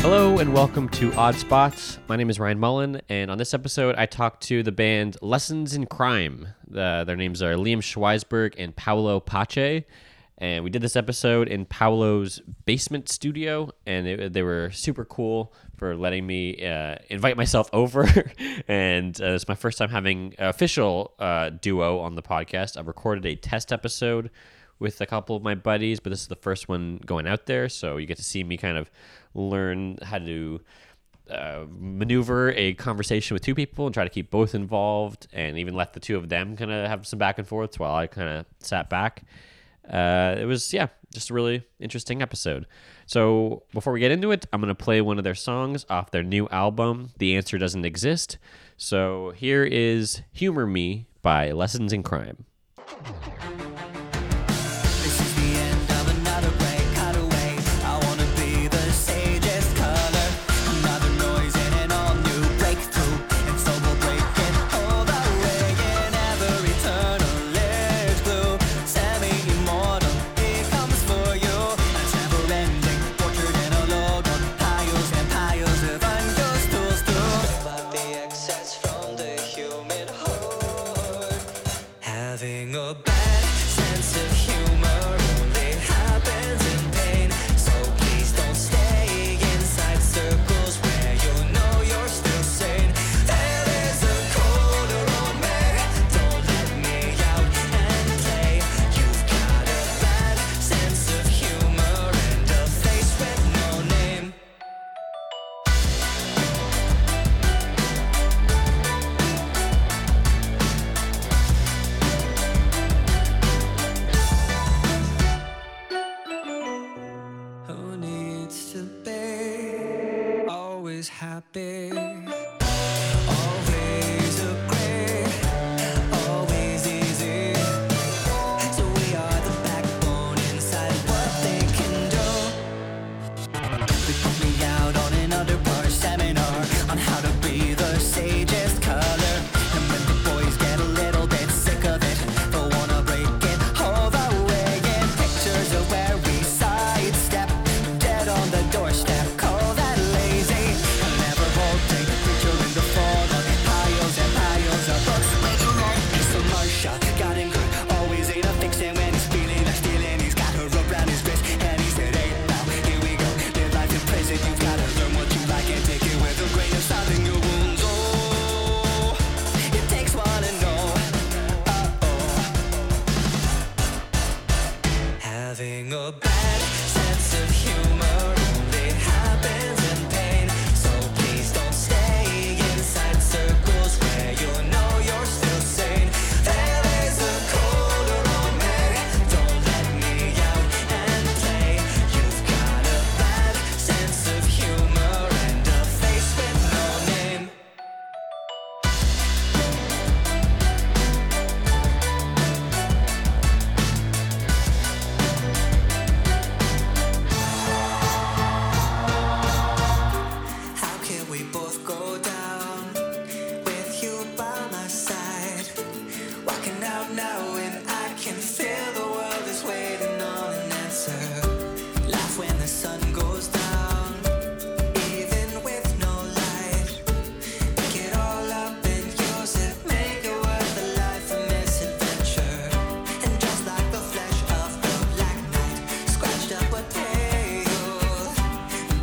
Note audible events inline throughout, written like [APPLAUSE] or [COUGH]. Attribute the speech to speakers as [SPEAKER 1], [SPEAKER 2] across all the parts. [SPEAKER 1] Hello and welcome to Odd Spots. My name is Ryan Mullen, and on this episode, I talked to the band Lessons in Crime. Uh, their names are Liam Schweisberg and Paolo Pace. And we did this episode in Paolo's basement studio, and it, they were super cool for letting me uh, invite myself [LAUGHS] over. and uh, it's my first time having an official uh, duo on the podcast. I recorded a test episode with a couple of my buddies, but this is the first one going out there, so you get to see me kind of learn how to uh, maneuver a conversation with two people and try to keep both involved, and even let the two of them kind of have some back and forths while I kind of sat back. Uh, it was yeah, just a really interesting episode. So before we get into it, I'm gonna play one of their songs off their new album, "The Answer Doesn't Exist." So here is "Humor Me" by Lessons in Crime.
[SPEAKER 2] This is the end of another break, cutaway. I wanna be the sagest color. Another noise in an all-new breakthrough. And so we'll break it all the way. And ever eternal lives blue. Semi-immortal, it comes for you. A never-ending portrait in a load of piles and piles of unused tools to survive the excess from the human horde. Having a bad sense of humor only happens in pain. So please don't stay inside circles where you know you're still sane. There is a colder man. Don't let me out and play. You've got a bad sense of humor and a face with no name. Who needs to be always happy? Always agree, always easy. So we are the backbone inside what they can do. They put me out on another bar seminar on how to be the sagest color. And when the boys get a little bit sick of it, they'll wanna break it all the way. And pictures of where we sidestep, dead on the doorstep. Call that lazy. A never halting creature in the fall of piles and piles of books. So Marsha got in good, always ain't a fix. And when he's feeling like stealing, he's got her around his wrist, and he said, "Hey, now here we go." Live life in prison. You gotta learn what you like and take it with a grain of salt in your wounds. Oh, it takes one to know. Uh-oh. Having a bad sense of humor only happens in pain. So please don't stay inside circles where you know you're still sane. There is a colder man. Don't let me out and play. You've got a bad sense of humor and a face with no name. How can we both go down with you by my side? Walking out now and I can feel the world is waiting on an answer. Laugh when the sun goes down, even with no light. Pick it all up and use it, make it worth the life a misadventure. And just like the flesh of the black knight, scratched up a tale.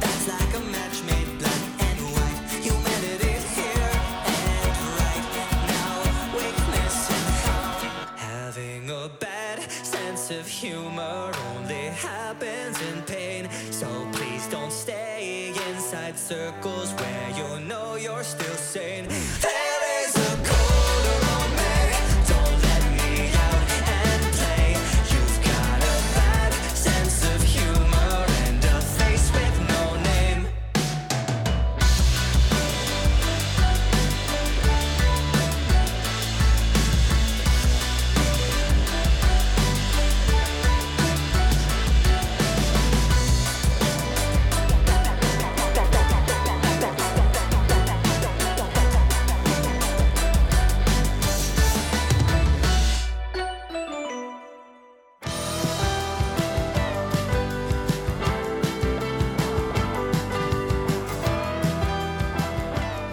[SPEAKER 2] That's like a match made black and white. Humanity here and right now. Weakness and harm. Having a bad sense of humor only happens in pain. So please don't stay inside circles where you know you're still sane. There is a colder man. Don't let me out and play. You've got a bad sense of humor and a face with no name.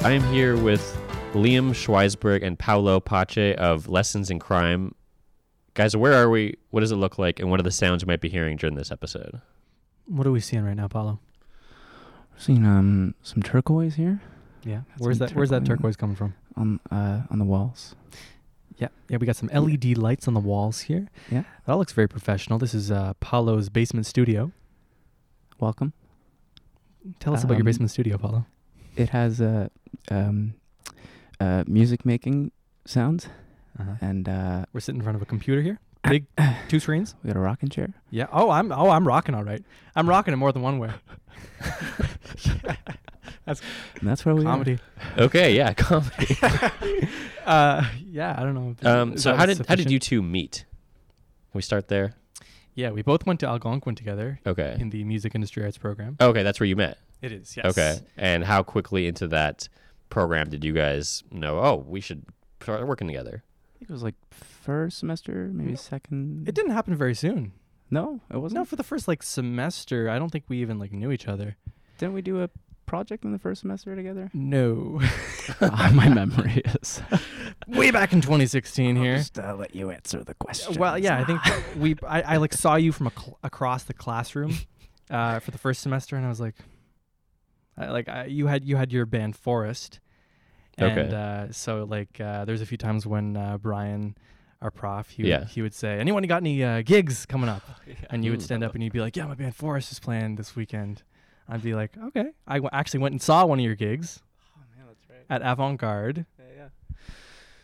[SPEAKER 1] I am here with Liam Schweisberg and Paolo Pace of Lessons in Crime. Guys, where are we? What does it look like? And what are the sounds you might be hearing during this episode?
[SPEAKER 3] What are we seeing right now, Paulo?
[SPEAKER 4] Seen um some turquoise here
[SPEAKER 3] Yeah.
[SPEAKER 4] That's
[SPEAKER 3] where's
[SPEAKER 4] some
[SPEAKER 3] that where's that turquoise
[SPEAKER 4] turquoise.
[SPEAKER 3] coming from?
[SPEAKER 4] on uh on the walls.
[SPEAKER 3] Yeah. Yeah, we got some LED lights on the walls here.
[SPEAKER 4] Yeah.
[SPEAKER 3] That all looks very professional. This is uh Paulo's basement studio.
[SPEAKER 4] Welcome.
[SPEAKER 3] Tell us about your
[SPEAKER 4] Um,
[SPEAKER 3] basement studio, Paulo.
[SPEAKER 4] It has uh um uh music making sounds
[SPEAKER 3] uh-huh.
[SPEAKER 4] and uh
[SPEAKER 3] We're sitting in front of a computer here. [COUGHS] Big two screens.
[SPEAKER 4] we got a rocking chair.
[SPEAKER 3] Yeah. Oh, I'm oh, I'm rocking all right. I'm rocking it more than one way.
[SPEAKER 4] And that's
[SPEAKER 3] Oh,
[SPEAKER 4] where we are.
[SPEAKER 3] Comedy.
[SPEAKER 1] Okay, yeah, [LAUGHS]
[SPEAKER 3] [LAUGHS]
[SPEAKER 1] comedy.
[SPEAKER 3] Uh yeah, I don't know. if-
[SPEAKER 1] Um,
[SPEAKER 3] is
[SPEAKER 1] so
[SPEAKER 3] that
[SPEAKER 1] how did how did
[SPEAKER 3] sufficient?
[SPEAKER 1] you two meet? Can we start there?
[SPEAKER 3] Yeah, we both went to Algonquin together
[SPEAKER 1] Okay.
[SPEAKER 3] in the music industry arts program.
[SPEAKER 1] Okay, that's where you met.
[SPEAKER 3] It is, yes.
[SPEAKER 1] Okay. And how quickly into that program did you guys know, oh, we should start working together?
[SPEAKER 4] I think it was like first semester, maybe
[SPEAKER 3] No.
[SPEAKER 4] second.
[SPEAKER 3] It didn't happen very soon.
[SPEAKER 4] No, it wasn't.
[SPEAKER 3] No, for the first like semester, I don't think we even like knew each other.
[SPEAKER 4] Didn't we do a project in the first semester
[SPEAKER 3] [LAUGHS]
[SPEAKER 4] together?
[SPEAKER 3] No.
[SPEAKER 4] [LAUGHS] Ah, my memory is.
[SPEAKER 3] Way back in 2016 here.
[SPEAKER 4] uh, let you answer the question.
[SPEAKER 3] Well, yeah,
[SPEAKER 4] [LAUGHS]
[SPEAKER 3] I think we I, I like saw you from ac- across the classroom uh, for the first semester and I was like I, like I, you had you had your band Forest. And
[SPEAKER 1] Okay.
[SPEAKER 3] uh, so like uh, there's a few times when uh, Brian our prof, he would,
[SPEAKER 1] Yeah.
[SPEAKER 3] he would say, "Anyone got any uh, gigs coming up?" And you would
[SPEAKER 1] Mm.
[SPEAKER 3] stand up and you'd be like, "Yeah, my band Forest is playing this weekend." I'd be like, "Okay." I w- actually went and saw one of your gigs at Avant Garde.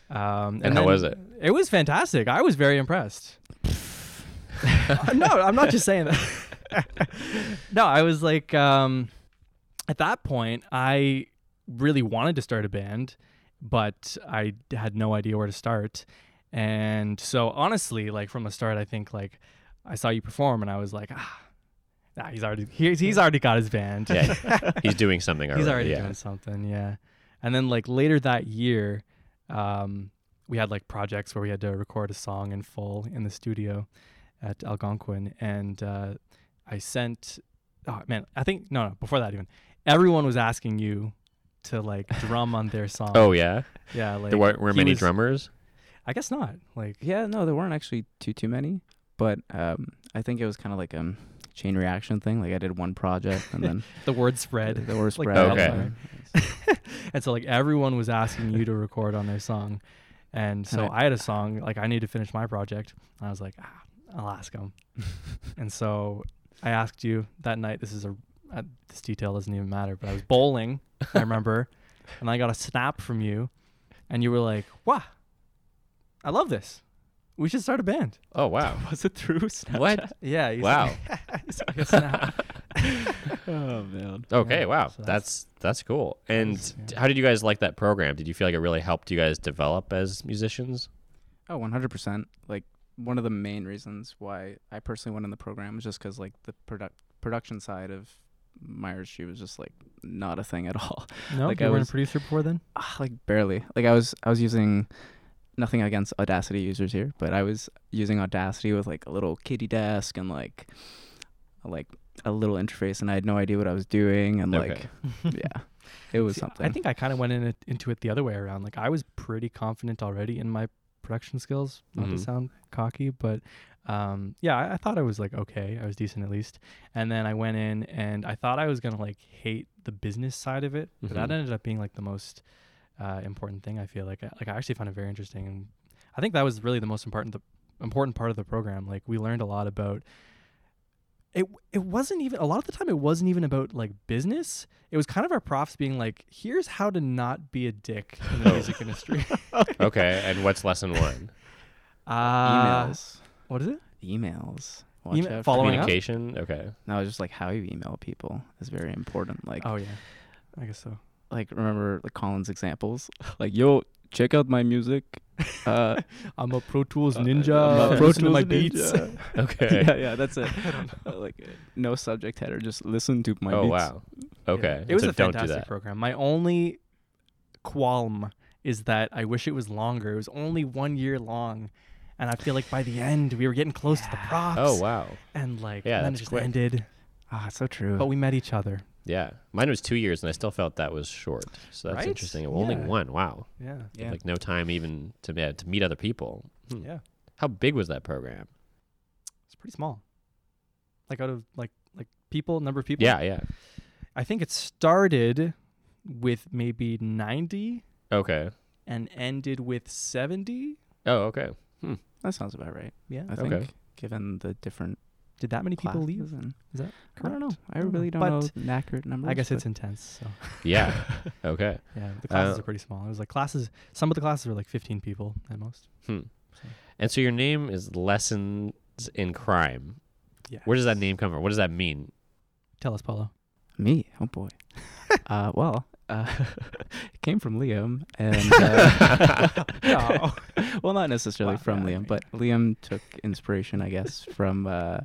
[SPEAKER 3] Um,
[SPEAKER 1] And how
[SPEAKER 3] then- [LAUGHS]
[SPEAKER 1] was it?
[SPEAKER 3] It was fantastic. I was very impressed. [LAUGHS] no, I'm not just saying that. [LAUGHS] no, I was like, um, at that point, I really wanted to start a band, but I d- had no idea where to start. And so, honestly, like from the start, I think like I saw you perform, and I was like, ah, nah, he's already he's, he's already got his band.
[SPEAKER 1] Yeah.
[SPEAKER 3] [LAUGHS]
[SPEAKER 1] He's doing something already.
[SPEAKER 3] He's already
[SPEAKER 1] yeah.
[SPEAKER 3] doing something, yeah. And then like later that year, um, we had like projects where we had to record a song in full in the studio at Algonquin, and uh, I sent. Oh man, I think no, no. Before that, even everyone was asking you to like drum on
[SPEAKER 1] [LAUGHS]
[SPEAKER 3] their song.
[SPEAKER 1] Oh, yeah.
[SPEAKER 3] yeah, like
[SPEAKER 1] There weren't, were
[SPEAKER 3] he
[SPEAKER 1] many
[SPEAKER 3] was-
[SPEAKER 1] drummers.
[SPEAKER 3] I guess not. Like
[SPEAKER 4] Yeah, no, there weren't actually too too many, but um, I think it was kind of like a chain reaction thing. Like I did one project and
[SPEAKER 3] [LAUGHS]
[SPEAKER 4] then
[SPEAKER 3] the word spread,
[SPEAKER 4] the word
[SPEAKER 3] like
[SPEAKER 4] spread.
[SPEAKER 1] wildfire.
[SPEAKER 3] and so like everyone was asking [LAUGHS] you to record on their song, and so
[SPEAKER 4] And
[SPEAKER 3] I, had a song like I need to finish my project, and I was like, ah, I'll ask [LAUGHS] him. and so I asked you that night. This is a uh, this detail doesn't even matter, but I was bowling. [LAUGHS] I remember, and I got a snap from you, and you were like, "Wow, I love this. We should start a band."
[SPEAKER 1] Oh,
[SPEAKER 3] [LAUGHS]
[SPEAKER 1] wow.
[SPEAKER 3] [LAUGHS] Was it through Snapchat?
[SPEAKER 1] What?
[SPEAKER 3] Yeah. you
[SPEAKER 1] Wow.
[SPEAKER 3] sent- you sent me [LAUGHS] a snap.
[SPEAKER 4] oh man.
[SPEAKER 1] Okay,
[SPEAKER 3] Yeah,
[SPEAKER 1] wow.
[SPEAKER 3] so
[SPEAKER 1] that's,
[SPEAKER 3] that's-
[SPEAKER 1] that's cool. And
[SPEAKER 3] was- yeah.
[SPEAKER 1] d- how did you guys like that program? Did you feel like it really helped you guys develop as musicians?
[SPEAKER 4] Oh, one hundred percent. Like one of the main reasons why I personally went in the program is just because like the product production side of my industry was just like not a thing at [LAUGHS] all.
[SPEAKER 3] No,
[SPEAKER 4] Like,
[SPEAKER 3] you
[SPEAKER 4] I
[SPEAKER 3] weren't
[SPEAKER 4] was-
[SPEAKER 3] a producer before [LAUGHS] then.
[SPEAKER 4] Ah, like barely. Like I was I was using nothing against Audacity users here, but I was using Audacity with like a little kitty desk and like like a little interface, and I had no idea what I was doing, and
[SPEAKER 1] Okay.
[SPEAKER 4] like [LAUGHS] yeah, it was
[SPEAKER 3] See,
[SPEAKER 4] something.
[SPEAKER 3] I think I kind of went in it, into it the other way around. Like I was pretty confident already in my production skills, not
[SPEAKER 4] Mm-hmm.
[SPEAKER 1] Mhm.
[SPEAKER 3] to sound cocky, but um, yeah, I, I thought I was like okay, I was decent at least. And then I went in and I thought I was gonna like hate the business side of it, but that
[SPEAKER 4] Mm-hmm.
[SPEAKER 1] Mhm.
[SPEAKER 3] ended up being like the most uh, important thing. I feel like I, like I actually found it very interesting, and I think that was really the most important the important part of the program. Like we learned a lot about. It, it wasn't even a lot of the time it wasn't even about like business it was kind of our profs being like, here's how to not be a dick in the
[SPEAKER 1] Oh.
[SPEAKER 4] [LAUGHS]
[SPEAKER 3] music industry. [LAUGHS]
[SPEAKER 1] Okay, and what's lesson one?
[SPEAKER 3] Uh,
[SPEAKER 4] emails,
[SPEAKER 3] What is it?
[SPEAKER 4] emails. Watch
[SPEAKER 3] email-
[SPEAKER 4] out for
[SPEAKER 3] following up?
[SPEAKER 4] emails.
[SPEAKER 1] Communication? Okay.
[SPEAKER 4] No, just like how you email people is very important. Like
[SPEAKER 3] Oh, yeah. I guess so.
[SPEAKER 4] like remember like Colin's examples. [LAUGHS] Like yo, check out my music. Uh,
[SPEAKER 3] I'm a Pro Tools
[SPEAKER 4] uh,
[SPEAKER 3] ninja.
[SPEAKER 4] I'm a Pro
[SPEAKER 3] listen to
[SPEAKER 4] Tools
[SPEAKER 3] my
[SPEAKER 4] ninja.
[SPEAKER 3] beats. [LAUGHS]
[SPEAKER 1] Okay.
[SPEAKER 4] yeah, yeah, [LAUGHS] that's it. Uh, like uh, no subject header, just listen to my
[SPEAKER 1] oh,
[SPEAKER 4] beats.
[SPEAKER 1] wow. Okay.
[SPEAKER 3] It was
[SPEAKER 1] so
[SPEAKER 3] a
[SPEAKER 1] don't do
[SPEAKER 3] fantastic
[SPEAKER 1] that.
[SPEAKER 3] program. My only qualm is that I wish it was longer. It was only one year long. And I feel like by the end, we were getting close to the profs.
[SPEAKER 1] Oh, wow.
[SPEAKER 3] And like,
[SPEAKER 1] Yeah,
[SPEAKER 3] and then it
[SPEAKER 1] that's
[SPEAKER 3] just
[SPEAKER 1] quick.
[SPEAKER 3] ended.
[SPEAKER 4] Ah, so true.
[SPEAKER 3] But we met each other.
[SPEAKER 1] Yeah, mine was two years, and I still felt that was short. So that's
[SPEAKER 3] Right?
[SPEAKER 1] interesting. Only
[SPEAKER 3] Yeah.
[SPEAKER 1] one. Wow.
[SPEAKER 3] Yeah.
[SPEAKER 4] Yeah.
[SPEAKER 1] Like no time even to yeah, to meet other people. Hmm.
[SPEAKER 3] Yeah.
[SPEAKER 1] How big was that program?
[SPEAKER 3] It's pretty small. Like out of like like people, number of people.
[SPEAKER 1] Yeah, yeah.
[SPEAKER 3] I think it started with maybe 90
[SPEAKER 1] Okay.
[SPEAKER 3] and ended with 70.
[SPEAKER 1] Oh, okay.
[SPEAKER 4] that sounds about right.
[SPEAKER 3] Yeah.
[SPEAKER 4] I
[SPEAKER 1] Okay.
[SPEAKER 4] think given the different
[SPEAKER 3] Did that many people
[SPEAKER 4] classes
[SPEAKER 3] leave?
[SPEAKER 4] and
[SPEAKER 3] Is that
[SPEAKER 4] I don't know. I
[SPEAKER 3] I don't know.
[SPEAKER 4] really don't know
[SPEAKER 3] But
[SPEAKER 4] the accurate numbers.
[SPEAKER 3] I guess
[SPEAKER 4] but
[SPEAKER 3] it's intense.
[SPEAKER 1] [LAUGHS]
[SPEAKER 3] So
[SPEAKER 1] Yeah.
[SPEAKER 3] [LAUGHS]
[SPEAKER 1] okay.
[SPEAKER 3] yeah, the classes
[SPEAKER 1] Uh,
[SPEAKER 3] are pretty small. It was like classes. Some of the classes were like 15 people at most.
[SPEAKER 1] And so your name is Lessons in Crime.
[SPEAKER 3] Yeah.
[SPEAKER 1] Where does that name come from? What does that mean?
[SPEAKER 3] Tell
[SPEAKER 1] [LAUGHS]
[SPEAKER 3] us, Paulo.
[SPEAKER 4] me. Oh [LAUGHS] boy. uh, well, uh, [LAUGHS] it came from Liam, and [LAUGHS] uh,
[SPEAKER 3] No.
[SPEAKER 1] [LAUGHS]
[SPEAKER 4] well, not necessarily
[SPEAKER 3] Wow,
[SPEAKER 4] from
[SPEAKER 3] yeah,
[SPEAKER 4] Liam, but Liam took inspiration, I guess, from uh,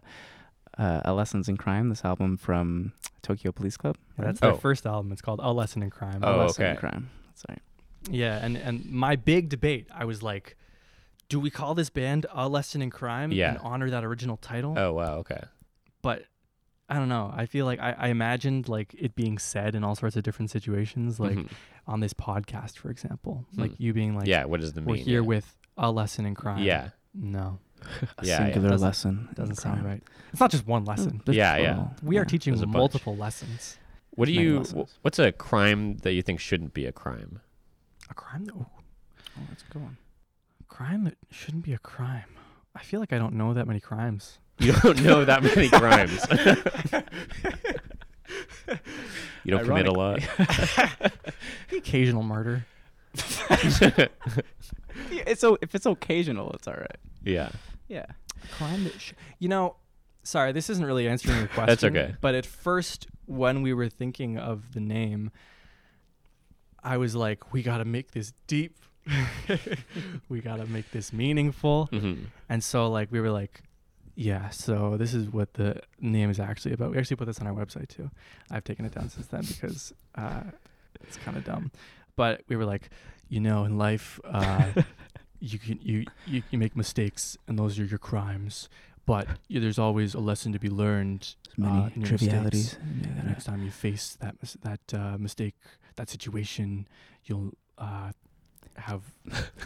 [SPEAKER 4] uh, "A Lessons in Crime," this album from Tokyo Police Club.
[SPEAKER 3] Yeah,
[SPEAKER 4] right?
[SPEAKER 3] that's their
[SPEAKER 1] Oh.
[SPEAKER 3] first album. It's called A Lesson in Crime.
[SPEAKER 1] Oh,
[SPEAKER 4] a lesson in
[SPEAKER 1] okay.
[SPEAKER 4] crime. That's right.
[SPEAKER 3] Yeah, and and my big debate, I was like, do we call this band A Lesson in Crime
[SPEAKER 1] Yeah.
[SPEAKER 3] and honor that original title?
[SPEAKER 1] Oh, wow. Okay.
[SPEAKER 3] But I don't know. I feel like I, I imagined like it being said in all sorts of different situations, like
[SPEAKER 1] Mhm.
[SPEAKER 3] on this podcast, for example. Like
[SPEAKER 1] Hmm.
[SPEAKER 3] you being like,
[SPEAKER 1] yeah. What does the mean?
[SPEAKER 3] we're here
[SPEAKER 1] yeah.
[SPEAKER 3] with A Lesson in Crime.
[SPEAKER 1] Yeah.
[SPEAKER 3] No,
[SPEAKER 4] A
[SPEAKER 1] Yeah, yeah.
[SPEAKER 4] singular
[SPEAKER 3] Doesn't-
[SPEAKER 4] lesson. in
[SPEAKER 3] doesn't sound
[SPEAKER 4] crime.
[SPEAKER 3] right. It's not just one lesson.
[SPEAKER 4] There's
[SPEAKER 1] Yeah, yeah.
[SPEAKER 4] plural.
[SPEAKER 3] We are
[SPEAKER 4] Mm. Yeah.
[SPEAKER 3] teaching
[SPEAKER 1] There's a bunch.
[SPEAKER 3] multiple lessons.
[SPEAKER 1] What do
[SPEAKER 4] many
[SPEAKER 1] you?
[SPEAKER 4] lessons.
[SPEAKER 1] wh- What's a crime that you think shouldn't be a crime?
[SPEAKER 3] A crime? Oh,
[SPEAKER 4] Oh, that's a good one.
[SPEAKER 3] crime that shouldn't be a crime. I feel like I don't know that many crimes.
[SPEAKER 1] You don't know that many crimes. you don't commit a lot.
[SPEAKER 3] [LAUGHS] The occasional murder.
[SPEAKER 4] Yeah, it's so if it's occasional, it's all right.
[SPEAKER 1] Yeah.
[SPEAKER 4] Yeah.
[SPEAKER 3] crime that sh- you know sorry this isn't really answering
[SPEAKER 1] [LAUGHS]
[SPEAKER 3] your question
[SPEAKER 1] That's okay.
[SPEAKER 3] but at first when we were thinking of the name i was like we gotta make this deep [LAUGHS] we gotta make this meaningful
[SPEAKER 1] hmm
[SPEAKER 3] and so like we were like yeah so this is what the name is actually about we actually put this on our website too i've taken it down since then because uh, it's kind of dumb but we were like you know in life
[SPEAKER 1] [LAUGHS]
[SPEAKER 3] uh, you can you, you you make mistakes and those are your crimes but y- there's always a lesson to be learned
[SPEAKER 4] Many
[SPEAKER 3] Uh, in your [LAUGHS]
[SPEAKER 4] trivialities.
[SPEAKER 3] the
[SPEAKER 4] Yeah,
[SPEAKER 3] next time you face that mis- that uh, mistake that situation you'll uh,
[SPEAKER 1] [LAUGHS]
[SPEAKER 3] have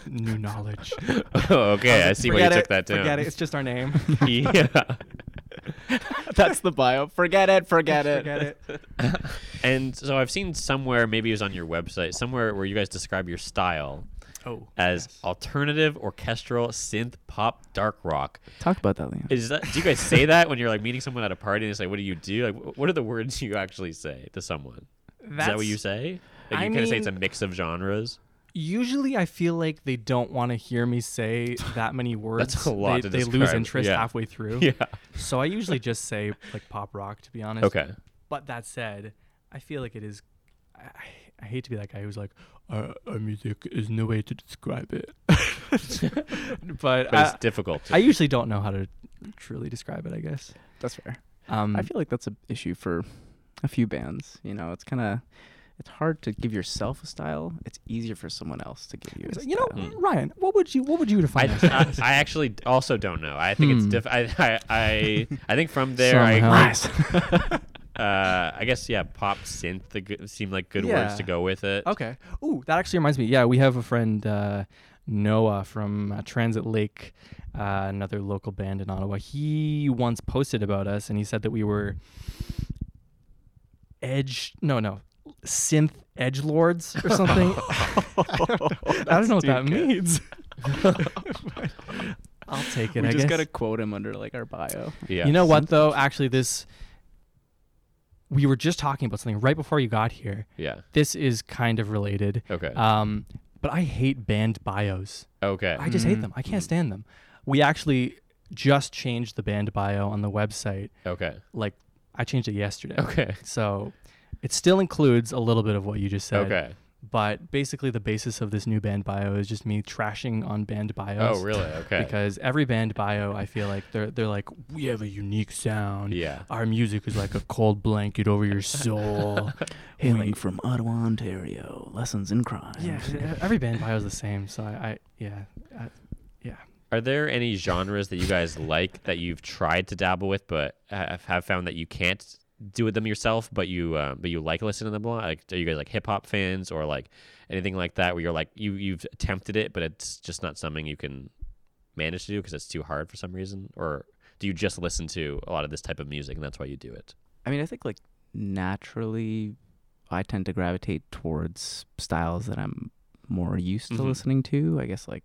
[SPEAKER 3] new knowledge
[SPEAKER 1] [LAUGHS] okay, I see why you
[SPEAKER 3] Forget
[SPEAKER 1] took
[SPEAKER 3] it,
[SPEAKER 1] that down.
[SPEAKER 3] forget it it's just our name
[SPEAKER 1] [LAUGHS] yeah.
[SPEAKER 4] That's the bio. Forget it. Forget it.
[SPEAKER 3] forget it
[SPEAKER 1] And so I've seen somewhere, maybe it was on your website, somewhere where you guys describe your style
[SPEAKER 3] oh
[SPEAKER 1] as alternative orchestral synth pop dark rock.
[SPEAKER 4] [LAUGHS] Talk about that, Liam.
[SPEAKER 1] Is that do you guys say that when you're like meeting someone at a party and it's like, what do you do? Like, wh- what are the words you actually say to someone? Is that what you say? Like,
[SPEAKER 3] I
[SPEAKER 1] you kind of say it's a
[SPEAKER 3] mean-
[SPEAKER 1] mix of genres. [LAUGHS]
[SPEAKER 3] usually I feel like they don't want to hear
[SPEAKER 1] [LAUGHS]
[SPEAKER 3] me say that many words.
[SPEAKER 1] a lot to
[SPEAKER 3] They, they lose
[SPEAKER 1] describe,
[SPEAKER 3] interest
[SPEAKER 1] [LAUGHS] yeah.
[SPEAKER 3] halfway through. So I usually just say like pop rock, to be honest.
[SPEAKER 1] Okay.
[SPEAKER 3] But that said, I feel like it is. I, I- I hate to be that guy who's like, our, our music is no way to describe it. [LAUGHS] but
[SPEAKER 1] But
[SPEAKER 3] I,
[SPEAKER 1] it's difficult. to-
[SPEAKER 3] I usually don't know how to truly describe it. I guess.
[SPEAKER 4] That's fair.
[SPEAKER 3] Um,
[SPEAKER 4] I feel like that's an issue for a few bands. You know, it's kind of it's hard to give yourself a style. It's easier for someone else to give you.
[SPEAKER 3] it's
[SPEAKER 4] A
[SPEAKER 3] like, you know,
[SPEAKER 4] style.
[SPEAKER 1] Mm.
[SPEAKER 3] Ryan, what would you what would
[SPEAKER 1] [LAUGHS]
[SPEAKER 3] you
[SPEAKER 1] I,
[SPEAKER 3] define? as?
[SPEAKER 1] I, I actually also don't know. I think it's
[SPEAKER 3] Hmm.
[SPEAKER 1] diff. I, I I I think from there I
[SPEAKER 4] Somehow.
[SPEAKER 1] [LAUGHS] uh, I guess yeah, pop synth the g- seem like good words
[SPEAKER 3] Yeah.
[SPEAKER 1] to go with it.
[SPEAKER 3] Okay. Ooh, that actually reminds me. Yeah, we have a friend uh, Noah from uh, Transit Lake, uh, another local band in Ottawa. He once posted about us, and he said that we were edge. No, no, synth edge lords
[SPEAKER 4] [LAUGHS]
[SPEAKER 3] or something.
[SPEAKER 4] Oh,
[SPEAKER 3] I don't know what that
[SPEAKER 4] [LAUGHS]
[SPEAKER 3] means. I'll take it.
[SPEAKER 4] we
[SPEAKER 3] I
[SPEAKER 4] just
[SPEAKER 3] guess.
[SPEAKER 4] gotta quote him under like our bio.
[SPEAKER 1] [LAUGHS] Yeah.
[SPEAKER 3] You know what though? Actually, this we were just talking about something right before you got here.
[SPEAKER 1] Yeah.
[SPEAKER 3] This is kind of related.
[SPEAKER 1] Okay.
[SPEAKER 3] Um, but I hate band bios.
[SPEAKER 1] okay.
[SPEAKER 3] I just hate
[SPEAKER 4] Mm.
[SPEAKER 3] them. I can't stand them. We actually just changed the band bio on the website.
[SPEAKER 1] okay.
[SPEAKER 3] [LAUGHS] Like I changed it yesterday.
[SPEAKER 1] Okay.
[SPEAKER 3] So it still includes a little bit of what you just said.
[SPEAKER 1] Okay.
[SPEAKER 3] But basically the basis of this new band bio is just me trashing on band bios.
[SPEAKER 1] Oh, really? Okay.
[SPEAKER 3] Because every band bio I feel like they're they're like, We have a unique sound.
[SPEAKER 1] yeah.
[SPEAKER 3] Our music is like a cold blanket over
[SPEAKER 1] [LAUGHS]
[SPEAKER 3] your soul.
[SPEAKER 4] Hailing from Ottawa, Ontario. Lessons in crime.
[SPEAKER 3] yeah, every band bio is the same. So I, I yeah, I, yeah.
[SPEAKER 1] Are there any genres that you guys like that you've tried to dabble with but have, have found that you can't do with them yourself, but you uh, but you like listening to them a lot? Like, are you guys like hip hop fans or like anything like that where you're like you you've attempted it, but it's just not something you can manage to do because it's too hard for some reason? Or do you just listen to a lot of this type of music and that's why you do it?
[SPEAKER 4] I mean, I think like naturally, I tend to gravitate towards styles that I'm more used to
[SPEAKER 3] Mm-hmm.
[SPEAKER 1] Mhm.
[SPEAKER 4] listening to. I guess like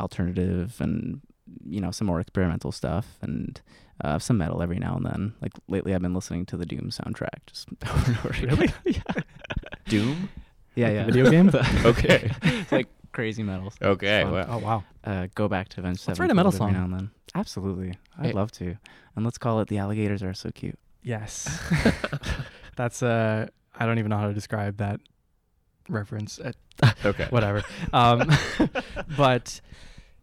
[SPEAKER 4] alternative and you know some more experimental stuff and uh, some metal every now and then. Like lately, I've been listening to the Doom soundtrack just [LAUGHS] over and over again.
[SPEAKER 3] Really?
[SPEAKER 4] [LAUGHS]
[SPEAKER 1] Doom.
[SPEAKER 4] Yeah, yeah.
[SPEAKER 3] Video
[SPEAKER 4] [LAUGHS]
[SPEAKER 3] game? [LAUGHS]
[SPEAKER 1] Okay.
[SPEAKER 4] It's like crazy metals.
[SPEAKER 1] Okay.
[SPEAKER 4] Fun.
[SPEAKER 1] Wow.
[SPEAKER 3] oh wow.
[SPEAKER 4] Uh, go back to Avenged
[SPEAKER 3] Let's
[SPEAKER 4] Sevenfold
[SPEAKER 3] write a metal
[SPEAKER 4] every
[SPEAKER 3] song.
[SPEAKER 4] now and then. Absolutely, I'd
[SPEAKER 1] Hey.
[SPEAKER 4] love to. And let's call it "The Alligators Are So Cute."
[SPEAKER 3] Yes. That's uh I don't even know how to describe that reference. Uh,
[SPEAKER 1] Okay.
[SPEAKER 3] whatever. Um [LAUGHS] but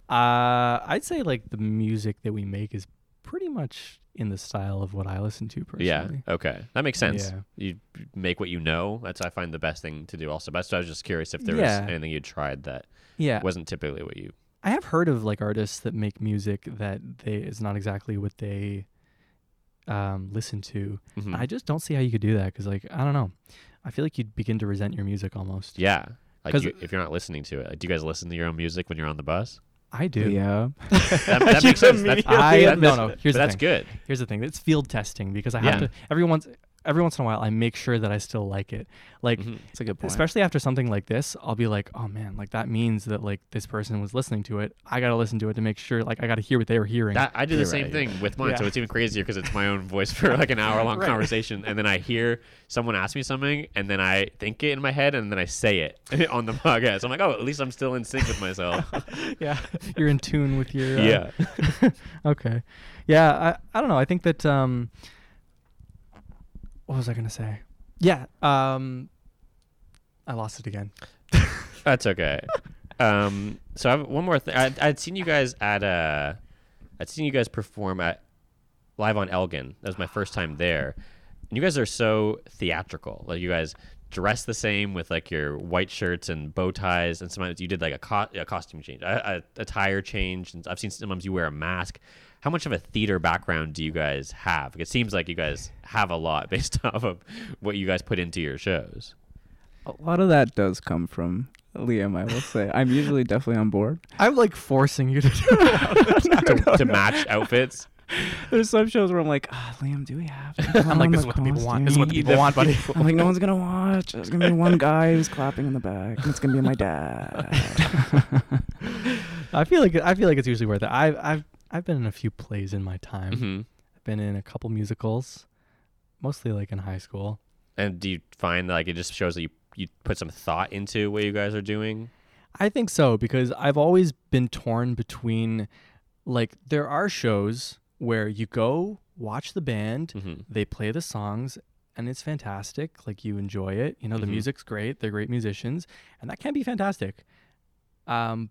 [SPEAKER 3] uh I'd say like the music that we make is pretty much in the style of what I listen to personally.
[SPEAKER 1] Yeah. Okay. That makes sense.
[SPEAKER 3] Yeah.
[SPEAKER 1] You make what you know. That's I find the best thing to do. Also, but so I was just curious if there
[SPEAKER 3] Yeah.
[SPEAKER 1] was anything you tried that
[SPEAKER 3] Yeah.
[SPEAKER 1] wasn't typically what you.
[SPEAKER 3] I have heard of like artists that make music that they is not exactly what they um listen to.
[SPEAKER 1] Mhm.
[SPEAKER 3] I just don't see how you could do that cuz like I don't know. I feel like you'd begin to resent your music almost.
[SPEAKER 1] yeah. Like
[SPEAKER 3] 'Cause-
[SPEAKER 1] you, if you're not listening to it, like, do you guys listen to your own music when you're on the
[SPEAKER 3] [LAUGHS]
[SPEAKER 1] bus?
[SPEAKER 3] I do.
[SPEAKER 4] Yeah.
[SPEAKER 1] That, that makes sense. That's,
[SPEAKER 3] I
[SPEAKER 1] that-
[SPEAKER 3] no no.
[SPEAKER 1] but
[SPEAKER 3] Here's the
[SPEAKER 1] that's
[SPEAKER 3] thing.
[SPEAKER 1] good.
[SPEAKER 3] Here's the thing. It's field testing because I
[SPEAKER 1] Yeah.
[SPEAKER 3] have to every once every once in a while I make sure that I still like it. Like
[SPEAKER 1] Mhm.
[SPEAKER 4] It's a good point.
[SPEAKER 3] especially after something like this, I'll be like, "Oh man, like that means that like this person was listening to it. I got to listen to it to make sure like I got to hear what they were hearing."
[SPEAKER 1] That, I do the
[SPEAKER 4] You're
[SPEAKER 1] same
[SPEAKER 4] right.
[SPEAKER 1] thing with mine, so
[SPEAKER 3] Yeah.
[SPEAKER 1] it's even crazier because it's my own voice for like an hour long conversation, and then I hear someone ask me something, and then I think it in my head, and then I say it [LAUGHS] on the podcast. I'm like, oh, at least I'm still in sync with
[SPEAKER 3] [LAUGHS]
[SPEAKER 1] myself.
[SPEAKER 3] [LAUGHS] yeah. You're in tune with your uh,
[SPEAKER 1] yeah.
[SPEAKER 3] okay. Yeah, I, I don't know. I think that um what was I going to say? Yeah, um I lost it again.
[SPEAKER 1] That's okay. um, so I have one more thing. I, I'd seen you guys at uh, I'd seen you guys perform at live on Elgin. That was my first time there, and you guys are so theatrical. Like you guys dress the same with like your white shirts and bow ties, and sometimes you did like a, co- a costume change, a, a attire change, and I've seen sometimes you wear a mask. How much of a theater background do you guys have? It seems like you guys have a lot [LAUGHS] based off of what you guys put into your shows.
[SPEAKER 4] A lot of that does come from Liam, I will say. I'm usually definitely on board.
[SPEAKER 3] [LAUGHS] I'm like forcing you to do
[SPEAKER 1] [LAUGHS]
[SPEAKER 4] [LAUGHS]
[SPEAKER 1] to, to match outfits.
[SPEAKER 4] There's some shows where I'm like, ah, Liam, do we have? To put
[SPEAKER 3] I'm like
[SPEAKER 4] on
[SPEAKER 3] this is
[SPEAKER 4] the
[SPEAKER 3] what the people want. This is
[SPEAKER 4] costume?"
[SPEAKER 3] what the people want, buddy.
[SPEAKER 4] [LAUGHS] I'm like, no one's gonna watch. There's gonna
[SPEAKER 3] [LAUGHS]
[SPEAKER 4] be one guy who's clapping in the back. And it's gonna be my dad.
[SPEAKER 3] I feel like I feel like it's usually worth it. I've I've I've been in a few plays in my time.
[SPEAKER 1] hmm
[SPEAKER 3] I've been in a couple musicals, mostly like in high school.
[SPEAKER 1] And do you find like it just shows that you you put some thought into what you guys are doing?
[SPEAKER 3] I think so because I've always been torn between like there are shows where you go watch the band,
[SPEAKER 1] Mm-hmm.
[SPEAKER 3] they play the songs and it's fantastic, like you enjoy it, you know the
[SPEAKER 1] Mhm.
[SPEAKER 3] music's great, they're great musicians, and that can be fantastic. Um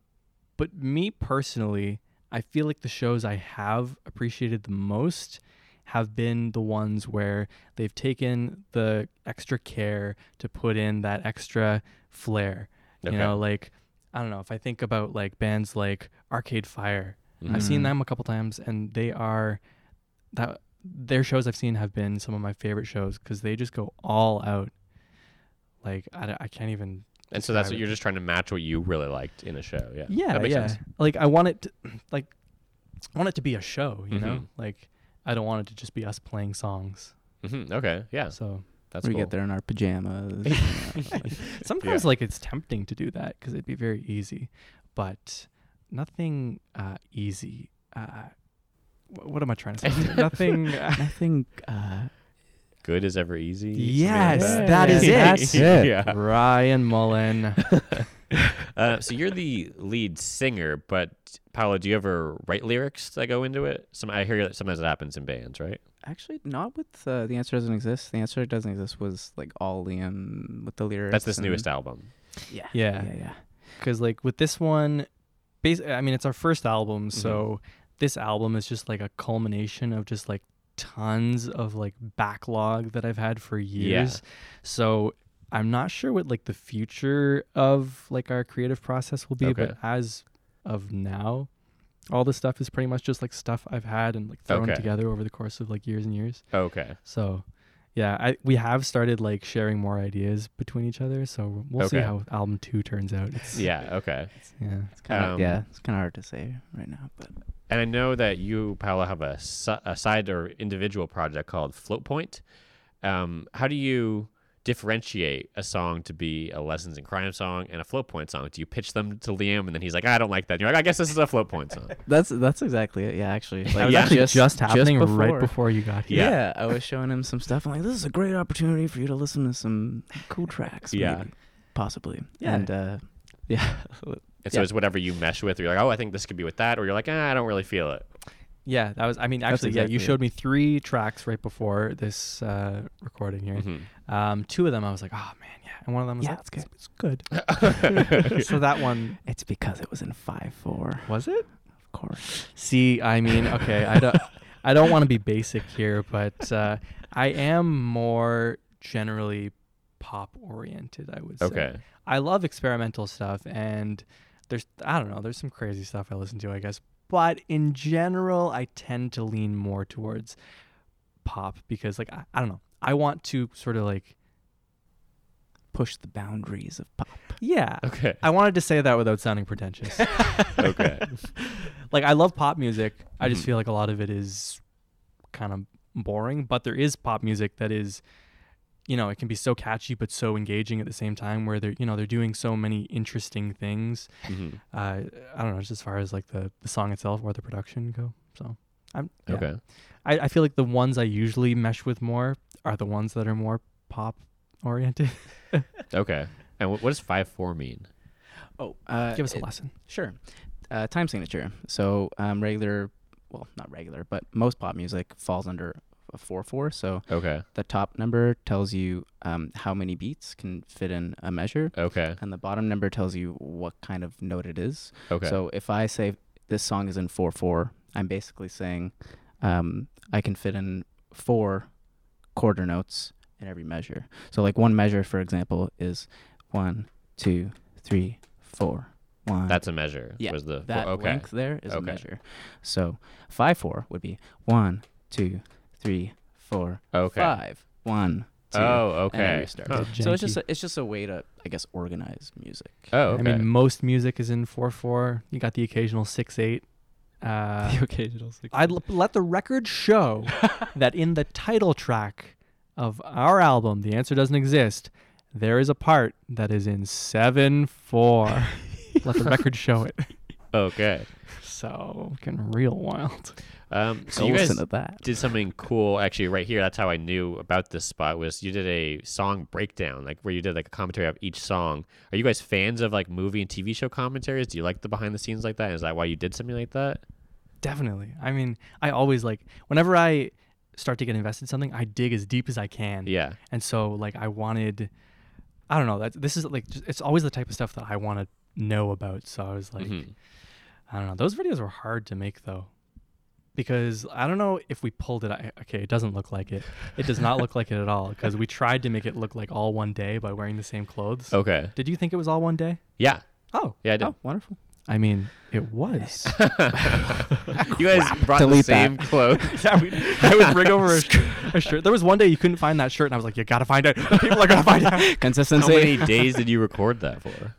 [SPEAKER 3] but me personally, I feel like the shows I have appreciated the most have been the ones where they've taken the extra care to put in that extra flair.
[SPEAKER 1] Okay.
[SPEAKER 3] You know, like I don't know, if I think about like bands like Arcade Fire,
[SPEAKER 1] Mm-hmm.
[SPEAKER 3] I've seen
[SPEAKER 1] Mm.
[SPEAKER 4] Mhm.
[SPEAKER 3] them a couple times and they are that their shows I've seen have been some of my favorite shows cuz they just go all out. Like I, don't- I can't even
[SPEAKER 1] And so that's
[SPEAKER 3] describe
[SPEAKER 1] what
[SPEAKER 3] it.
[SPEAKER 1] you're just trying to match what you really liked in a show. Yeah.
[SPEAKER 3] yeah,
[SPEAKER 1] That makes
[SPEAKER 3] yeah.
[SPEAKER 1] sense.
[SPEAKER 3] Like I want it, to, like I want it to be a show. You know,
[SPEAKER 1] Mhm.
[SPEAKER 3] like I don't want it to just be us playing songs.
[SPEAKER 1] hmm Okay. Yeah.
[SPEAKER 3] So
[SPEAKER 1] That's
[SPEAKER 4] we
[SPEAKER 1] cool.
[SPEAKER 4] get there in our pajamas. you know, like-
[SPEAKER 3] sometimes like it's tempting to do that because it'd be very easy, but nothing uh, easy. Uh, wh- what am I trying to
[SPEAKER 4] [LAUGHS]
[SPEAKER 3] say? nothing. uh,
[SPEAKER 4] nothing. Uh,
[SPEAKER 1] Good is ever easy. something like
[SPEAKER 3] Yes,
[SPEAKER 1] that. [LAUGHS]
[SPEAKER 3] that is
[SPEAKER 1] Yeah.
[SPEAKER 3] it.
[SPEAKER 4] That's it.
[SPEAKER 1] yeah.
[SPEAKER 3] Ryan Mullen.
[SPEAKER 1] Uh, so you're the lead singer, but Paolo, do you ever write lyrics that go into it? Some I hear that sometimes it happens in bands, right?
[SPEAKER 4] Actually, not with uh, the answer doesn't exist. The answer doesn't exist was like all Liam with the lyrics.
[SPEAKER 1] That's this newest
[SPEAKER 4] and-
[SPEAKER 1] album.
[SPEAKER 4] Yeah.
[SPEAKER 3] Yeah.
[SPEAKER 4] Yeah. Yeah.
[SPEAKER 3] because like with this one basically i mean it's our first album
[SPEAKER 1] Mm-hmm.
[SPEAKER 3] so this album is just like a culmination of just like tons of like backlog that i've had for years so i'm not sure what like the future of like our creative process will be
[SPEAKER 1] Okay.
[SPEAKER 3] but as of now All this stuff is pretty much just like stuff I've had and like thrown
[SPEAKER 1] Okay.
[SPEAKER 3] together over the course of like years and years.
[SPEAKER 1] Okay.
[SPEAKER 3] So, yeah, I we have started like sharing more ideas between each other. So we'll see
[SPEAKER 1] Okay.
[SPEAKER 3] how album two turns out. It's,
[SPEAKER 1] Yeah. Okay.
[SPEAKER 3] yeah.
[SPEAKER 4] It's kind of
[SPEAKER 1] Um,
[SPEAKER 4] yeah, it's kind of hard to say right now, but
[SPEAKER 1] And I know that you, Paolo, have a, si- a side or individual project called Float Point. Um, how do you differentiate a song to be a Lessons in Crime song and a Float Point song? Do you pitch them to Liam and then he's like, "Ah, I don't like that? And you're like, I guess this is a Float Point song.
[SPEAKER 4] that's that's exactly it. Yeah, actually, like,
[SPEAKER 1] was
[SPEAKER 4] yeah.
[SPEAKER 1] actually
[SPEAKER 3] Just, happening right
[SPEAKER 4] before.
[SPEAKER 3] before you got here.
[SPEAKER 1] Yeah.
[SPEAKER 4] Yeah. I was showing him some stuff. I'm like, this is a great opportunity for you to listen to some cool tracks.
[SPEAKER 1] Yeah.
[SPEAKER 4] maybe, possibly.
[SPEAKER 3] Yeah.
[SPEAKER 4] And uh, yeah,
[SPEAKER 1] And so
[SPEAKER 4] Yeah.
[SPEAKER 1] it's whatever you mesh with. Or you're like, oh, I think this could be with that. Or you're like, ah, I don't really feel it.
[SPEAKER 3] Yeah, that was. I mean, actually, yeah,
[SPEAKER 4] exactly
[SPEAKER 3] you
[SPEAKER 4] it.
[SPEAKER 3] showed me three tracks right before this uh, recording here.
[SPEAKER 1] Mhm.
[SPEAKER 3] Um, two of them I was like, oh man, yeah, and one of them was
[SPEAKER 4] Yeah,
[SPEAKER 3] like,
[SPEAKER 4] it's good.
[SPEAKER 3] It's,
[SPEAKER 4] [LAUGHS]
[SPEAKER 3] good. so that one
[SPEAKER 4] it's because it was in five four,
[SPEAKER 3] was it.
[SPEAKER 4] of course.
[SPEAKER 3] See, I [LAUGHS] mean, okay, I don't, I don't want to be basic here, but uh, I am more generally pop oriented. I would say.
[SPEAKER 1] Okay.
[SPEAKER 3] I love experimental stuff, and there's, I don't know, there's some crazy stuff I listen to, I guess. But in general, I tend to lean more towards pop because, like, I, I don't know, I want to sort of like,
[SPEAKER 4] Push the boundaries of pop.
[SPEAKER 3] yeah.
[SPEAKER 1] Okay.
[SPEAKER 3] I wanted to say that without sounding pretentious.
[SPEAKER 1] okay.
[SPEAKER 3] [LAUGHS] like I love pop music. I just
[SPEAKER 1] Mhm.
[SPEAKER 3] feel like a lot of it is kind of boring, but there is pop music that is you know, it can be so catchy but so engaging at the same time where they're, you know, they're doing so many interesting things.
[SPEAKER 1] Mhm.
[SPEAKER 3] Uh I don't know, just as far as like the the song itself or the production go. So, I'm yeah.
[SPEAKER 1] Okay.
[SPEAKER 3] I I feel like the ones I usually mesh with more are the ones that are more pop oriented.
[SPEAKER 1] Okay. And wh- what does 5 4 mean?
[SPEAKER 4] Oh, uh,
[SPEAKER 3] Give us a
[SPEAKER 4] it-
[SPEAKER 3] lesson.
[SPEAKER 4] Sure. Uh, time signature. So um, regular, well, not regular, but most pop music falls under a four four. So
[SPEAKER 1] Okay.
[SPEAKER 4] the top number tells you um, how many beats can fit in a measure,
[SPEAKER 1] Okay.
[SPEAKER 4] and the bottom number tells you what kind of note it is.
[SPEAKER 1] Okay.
[SPEAKER 4] So if I say this song is in four four, I'm basically saying um, I can fit in four quarter notes in every measure. So like one measure, for example, is one, two, three, four. One.
[SPEAKER 1] That's a measure.
[SPEAKER 4] Yeah,
[SPEAKER 1] Was the
[SPEAKER 4] that
[SPEAKER 1] okay.
[SPEAKER 4] length there is a
[SPEAKER 1] Okay.
[SPEAKER 4] measure. So five four would be one, two, three, four,
[SPEAKER 1] Okay.
[SPEAKER 4] five, one, two.
[SPEAKER 1] Oh,
[SPEAKER 4] and then
[SPEAKER 1] okay.
[SPEAKER 4] we start.
[SPEAKER 1] Huh.
[SPEAKER 4] Uh, So it's just
[SPEAKER 3] Janky.
[SPEAKER 4] a, it's just a way to I guess organize music.
[SPEAKER 1] Oh, okay.
[SPEAKER 3] I mean, most music is in four four. You got the occasional six eight. [LAUGHS] Uh,
[SPEAKER 4] the occasional six.
[SPEAKER 3] I'd l- let the record [LAUGHS] show that in the title track of our album, "The Answer Doesn't Exist," there is a part that is in seven [LAUGHS] four. let the record show [LAUGHS] it.
[SPEAKER 1] okay.
[SPEAKER 3] So getting real wild.
[SPEAKER 1] Um, so
[SPEAKER 4] Go
[SPEAKER 1] you guys
[SPEAKER 4] listen to that. [LAUGHS]
[SPEAKER 1] did something cool actually right here. That's how I knew about this spot was you did a song breakdown, like where you did like a commentary of each song. Are you guys fans of like movie and TV show commentaries? Do you like the behind the scenes like that? Is that why you did something like that?
[SPEAKER 3] Definitely. I mean, I always like whenever I start to get invested in something, I dig as deep as I can.
[SPEAKER 1] Yeah.
[SPEAKER 3] And so like I wanted I don't know, that this is like just, it's always the type of stuff that I want to know about. So I was like
[SPEAKER 1] Mhm.
[SPEAKER 3] I don't know. Those videos were hard to make though. Because I don't know if we pulled it I, okay, it doesn't look like it. It does not look like it at all because we tried to make it look like all one day by wearing the same clothes.
[SPEAKER 1] Okay.
[SPEAKER 3] Did you think it was all one day?
[SPEAKER 1] Yeah.
[SPEAKER 3] Oh.
[SPEAKER 1] Oh. Yeah, I did.
[SPEAKER 4] Oh, wonderful.
[SPEAKER 3] I mean, it was.
[SPEAKER 1] [LAUGHS] you guys brought the
[SPEAKER 4] Delete that. [LAUGHS]
[SPEAKER 1] same clothes.
[SPEAKER 3] yeah, we, I would bring over
[SPEAKER 1] [LAUGHS]
[SPEAKER 3] a, sh- a shirt. There was one day you couldn't find that shirt, and I was like, "You gotta find it. [LAUGHS] People are gonna find
[SPEAKER 1] [LAUGHS]
[SPEAKER 3] it."
[SPEAKER 1] How
[SPEAKER 4] Consistency.
[SPEAKER 1] many days did you record that for?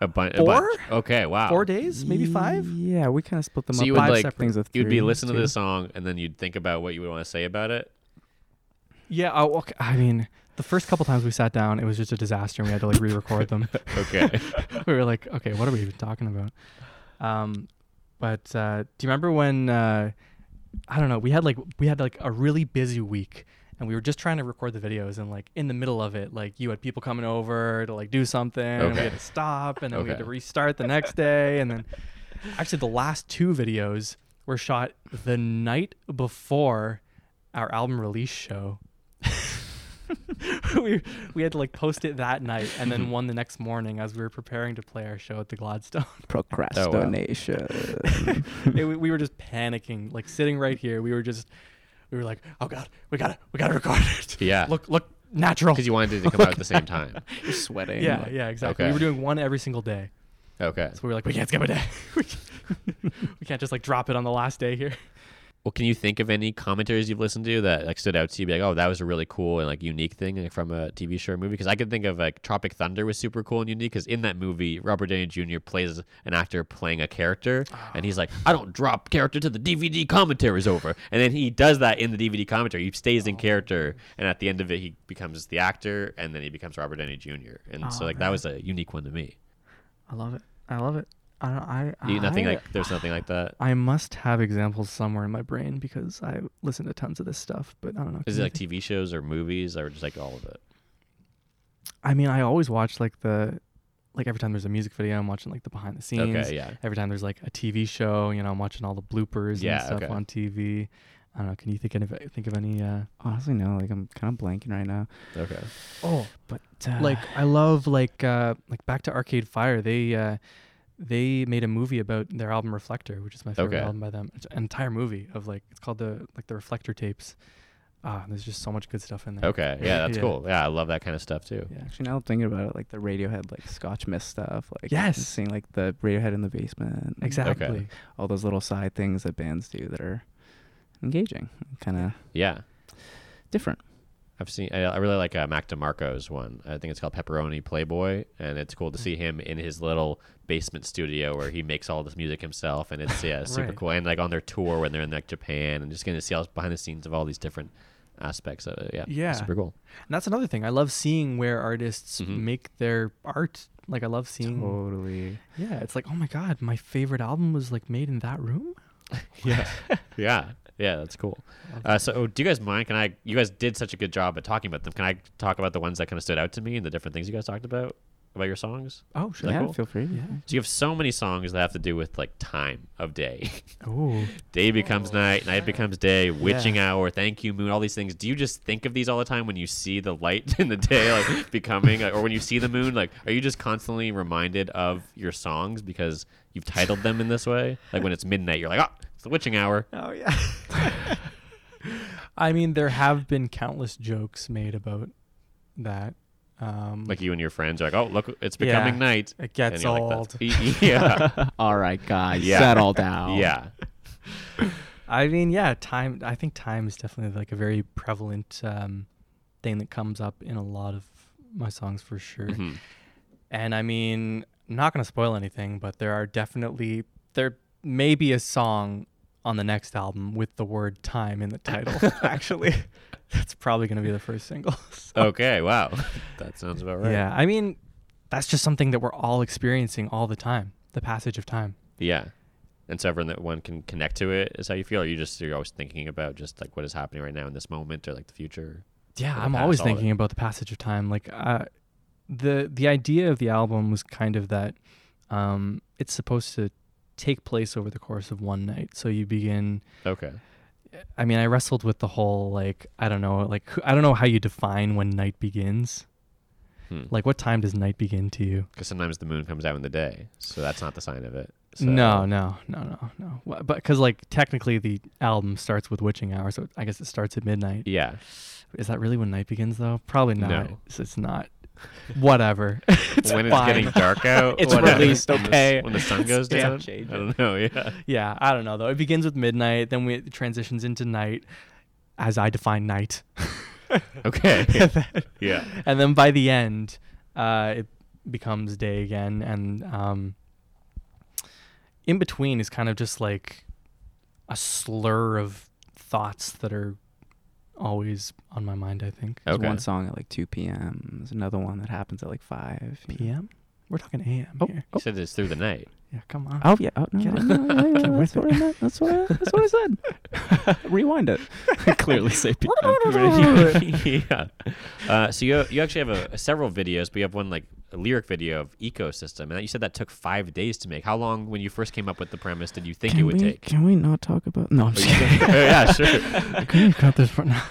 [SPEAKER 1] A, bun- a
[SPEAKER 3] Four?
[SPEAKER 1] bunch. Okay. Wow.
[SPEAKER 3] Four days, [LAUGHS] maybe five.
[SPEAKER 4] Yeah, we kind of split them
[SPEAKER 1] So
[SPEAKER 4] up.
[SPEAKER 1] you would
[SPEAKER 4] into
[SPEAKER 1] like
[SPEAKER 4] things with
[SPEAKER 1] you'd
[SPEAKER 4] three,
[SPEAKER 1] be listening to
[SPEAKER 4] two.
[SPEAKER 1] the song and then you'd think about what you would want to say about it.
[SPEAKER 3] Yeah. Oh, okay. I mean, the first couple times we sat down, it was just a disaster, and we had to like re-record them. [LAUGHS]
[SPEAKER 4] [LAUGHS]
[SPEAKER 1] Okay.
[SPEAKER 3] we were like, "Okay, what are we even talking about?" Um, but uh, do you remember when? Uh, I don't know. We had like we had like a really busy week. And we were just trying to record the videos, and like in the middle of it, like you had people coming over to like do something, and we
[SPEAKER 1] Okay.
[SPEAKER 3] had to stop, and then we had to
[SPEAKER 1] Okay.
[SPEAKER 3] restart the next day, and then
[SPEAKER 1] [LAUGHS]
[SPEAKER 3] actually the last two videos were shot the night before our album release show. [LAUGHS] we we had to like post it that night
[SPEAKER 1] [LAUGHS]
[SPEAKER 3] and then one the next morning as we were preparing to play our show at the Gladstone. [LAUGHS]
[SPEAKER 4] procrastination.
[SPEAKER 1] Oh,
[SPEAKER 3] It- we, we were just panicking, like sitting right here. We were just we were like, oh god, we gotta we gotta record it.
[SPEAKER 1] Yeah.
[SPEAKER 3] Look look natural.
[SPEAKER 1] Because you wanted it to come out at the same time. [LAUGHS]
[SPEAKER 4] Sweating.
[SPEAKER 3] yeah
[SPEAKER 4] like-
[SPEAKER 3] yeah exactly. We
[SPEAKER 1] Okay.
[SPEAKER 3] were doing one every single day.
[SPEAKER 1] Okay.
[SPEAKER 3] So we were like, we can't skip a day. [LAUGHS] we can't just like drop it on the last day here.
[SPEAKER 1] Well, can you think of any commentaries you've listened to that like stood out to you? Be like, oh, that was a really cool and like unique thing like, from a TV show or movie. Because I could think of like Tropic Thunder was super cool and unique. Because in that movie, Robert Downey Jr. plays an actor playing a character, and he's like, I don't drop character till the DVD commentary is over. And then he does that in the DVD commentary. He stays
[SPEAKER 3] Oh.
[SPEAKER 1] in character, and at the end of it, he becomes the actor, and then he becomes Robert Downey Jr. And so like that was a unique one to me.
[SPEAKER 4] I love it. I love it. I don't. I.
[SPEAKER 1] You- nothing
[SPEAKER 4] I-
[SPEAKER 1] like there's nothing like that.
[SPEAKER 3] I must have examples somewhere in my brain because I listen to tons of this stuff, but I don't know. [LAUGHS]
[SPEAKER 1] Is it like TV shows or movies or just like all of it?
[SPEAKER 3] I mean, I always watch like the, like every time there's a music video, I'm watching like the behind the scenes.
[SPEAKER 1] Okay, yeah.
[SPEAKER 3] Every time there's like a TV show, you know, I'm watching all the bloopers
[SPEAKER 1] Yeah,
[SPEAKER 3] and stuff
[SPEAKER 1] okay.
[SPEAKER 3] on TV. I don't know. Can you think of think of any? Uh,
[SPEAKER 4] Honestly, no. Like I'm kind of blanking right now.
[SPEAKER 1] Okay.
[SPEAKER 3] oh,
[SPEAKER 4] But uh,
[SPEAKER 3] like I love like uh, like back to Arcade Fire. They uh, they made a movie about their album Reflector, which is my favorite
[SPEAKER 1] Okay.
[SPEAKER 3] album by them. It's an entire movie of like it's called the like the Reflector Tapes. Ah, there's just so much good stuff in there.
[SPEAKER 1] Okay.
[SPEAKER 3] [LAUGHS]
[SPEAKER 1] Yeah, that's
[SPEAKER 3] Yeah.
[SPEAKER 1] cool. Yeah, I love that kind of stuff too.
[SPEAKER 3] Yeah.
[SPEAKER 4] actually, now that I'm thinking about it, like the Radiohead, like Scotch Mist stuff. Like
[SPEAKER 3] Yes.
[SPEAKER 4] seeing like the Radiohead in the basement. and
[SPEAKER 3] Exactly.
[SPEAKER 4] All those little side things that bands do that are engaging, kind of
[SPEAKER 1] Yeah.
[SPEAKER 4] different.
[SPEAKER 1] I've seen. I, I really like uh, Mac DeMarco's one. I think it's called Pepperoni Playboy, and it's cool to see him in his little basement studio where he makes all this music himself, and it's
[SPEAKER 3] [LAUGHS]
[SPEAKER 1] yeah, super
[SPEAKER 3] Right.
[SPEAKER 1] cool. And like on their tour when they're in like Japan, and just getting to see all behind the scenes of all these different aspects of it. Yeah,
[SPEAKER 3] Yeah.
[SPEAKER 1] super cool.
[SPEAKER 3] And that's another thing. I love seeing where artists
[SPEAKER 1] Mhm.
[SPEAKER 3] make their art. Like I love seeing.
[SPEAKER 4] Totally.
[SPEAKER 3] Yeah, it's like oh my god, my favorite album was like made in that room.
[SPEAKER 1] [LAUGHS] Yeah, yeah, yeah. That's cool. Uh, so, do you guys mind? Can I? You guys did such a good job at talking about them. Can I talk about the ones that kind of stood out to me and the different things you guys talked about about your songs?
[SPEAKER 3] [LAUGHS] Oh sure.
[SPEAKER 4] yeah.
[SPEAKER 1] cool?
[SPEAKER 4] Feel free.
[SPEAKER 3] Yeah.
[SPEAKER 1] So you have so many songs that have to do with like time of day. [LAUGHS]
[SPEAKER 3] Oh.
[SPEAKER 1] day becomes night, night becomes day, witching hour, thank you moon, all these things. Do you just think of these all the time when you see the light [LAUGHS] in the day like becoming like, or when you see the moon? Like are you just constantly reminded of your songs because you've titled them in this way? Like when it's midnight, you're like, "Oh, it's the witching hour."
[SPEAKER 3] Oh yeah. [LAUGHS] I mean, there have been countless jokes made about that. Um,
[SPEAKER 1] Like you and your friends are like, "Oh, look, it's becoming
[SPEAKER 3] Yeah.
[SPEAKER 1] night."
[SPEAKER 3] it
[SPEAKER 1] and
[SPEAKER 3] gets
[SPEAKER 1] you're
[SPEAKER 3] old.
[SPEAKER 1] like, "That's- [LAUGHS] yeah.
[SPEAKER 4] All right, guys.
[SPEAKER 1] Yeah. [LAUGHS]
[SPEAKER 4] Settle down.
[SPEAKER 1] yeah.
[SPEAKER 3] I mean, yeah, time. I think time is definitely like a very prevalent um, thing that comes up in a lot of my songs for sure.
[SPEAKER 1] Mhm.
[SPEAKER 3] And I mean, I'm not going to spoil anything, but there are definitely there may be a song on the next album with the word time in the title.
[SPEAKER 1] [LAUGHS]
[SPEAKER 3] actually, [LAUGHS] that's probably going to be the first single. so-
[SPEAKER 1] Okay, wow. [LAUGHS] That sounds about right.
[SPEAKER 3] Yeah, I mean, that's just something that we're all experiencing all the time. The passage of time.
[SPEAKER 1] Yeah. And so everyone that one can connect to it is how you feel, or you just you're always thinking about just like what is happening right now in this moment or like the future.
[SPEAKER 3] Yeah,
[SPEAKER 1] the
[SPEAKER 3] I'm
[SPEAKER 1] past,
[SPEAKER 3] always
[SPEAKER 1] all of
[SPEAKER 3] thinking about the passage of time. Like, uh, the the idea of the album was kind of that um, it's supposed to take place over the course of one night. So you begin.
[SPEAKER 1] Okay.
[SPEAKER 3] I mean, I wrestled with the whole like I don't know, like who- I don't know how you define when night begins.
[SPEAKER 1] Hmm.
[SPEAKER 3] Like, what time does night begin to you?
[SPEAKER 1] Because sometimes the moon comes out in the day, so that's not the sign of it. So,
[SPEAKER 3] No, no, no, no, no. Wha- But because like technically the album starts with witching hour, so I guess it starts at midnight.
[SPEAKER 1] Yeah.
[SPEAKER 3] Is that really when night begins though? Probably not.
[SPEAKER 1] No.
[SPEAKER 3] It's, it's not. Whatever. [LAUGHS] [LAUGHS] it's
[SPEAKER 1] when it's
[SPEAKER 3] fine.
[SPEAKER 1] getting dark out,
[SPEAKER 3] [LAUGHS] It's
[SPEAKER 1] whatever.
[SPEAKER 3] released,
[SPEAKER 1] When the s-
[SPEAKER 3] okay.
[SPEAKER 1] When the
[SPEAKER 3] [LAUGHS]
[SPEAKER 1] sun goes
[SPEAKER 3] Yeah.
[SPEAKER 1] down, I don't know. [LAUGHS] Yeah.
[SPEAKER 3] [LAUGHS] yeah, I don't know though. It begins with midnight, then we, it transitions into night, as I define night.
[SPEAKER 1] Okay. yeah.
[SPEAKER 3] [LAUGHS] and then by the end, uh, it becomes day again, and um, in between is kind of just like a slur of thoughts that are always on my mind. I think
[SPEAKER 4] There's
[SPEAKER 1] Okay.
[SPEAKER 4] one song at like 2 p.m. There's another one that happens at like 5 you know.
[SPEAKER 3] p.m. We're talking a.m.
[SPEAKER 4] Oh.
[SPEAKER 3] here.
[SPEAKER 1] You said it's through the night.
[SPEAKER 3] Yeah, come on.
[SPEAKER 4] Oh yeah. Oh no.
[SPEAKER 3] Get
[SPEAKER 4] no,
[SPEAKER 3] it.
[SPEAKER 4] no, no, no,
[SPEAKER 3] Get
[SPEAKER 4] that's,
[SPEAKER 3] with
[SPEAKER 4] what I meant. that's what I that's what I said. Rewind it. Clearly say [LAUGHS] p-
[SPEAKER 1] [LAUGHS]
[SPEAKER 4] [LAUGHS]
[SPEAKER 1] yeah. Uh, so you you actually have a, several videos, but you have one like a lyric video of ecosystem, and you said that took five days to make. How long when you first came up with the premise did you think it
[SPEAKER 4] Can
[SPEAKER 1] would
[SPEAKER 4] we,
[SPEAKER 1] take? Oh,
[SPEAKER 4] Can we not talk about? No, I'm just
[SPEAKER 1] [LAUGHS]
[SPEAKER 4] kidding.
[SPEAKER 1] yeah, sure.
[SPEAKER 4] [LAUGHS]
[SPEAKER 3] Can you cut this part now?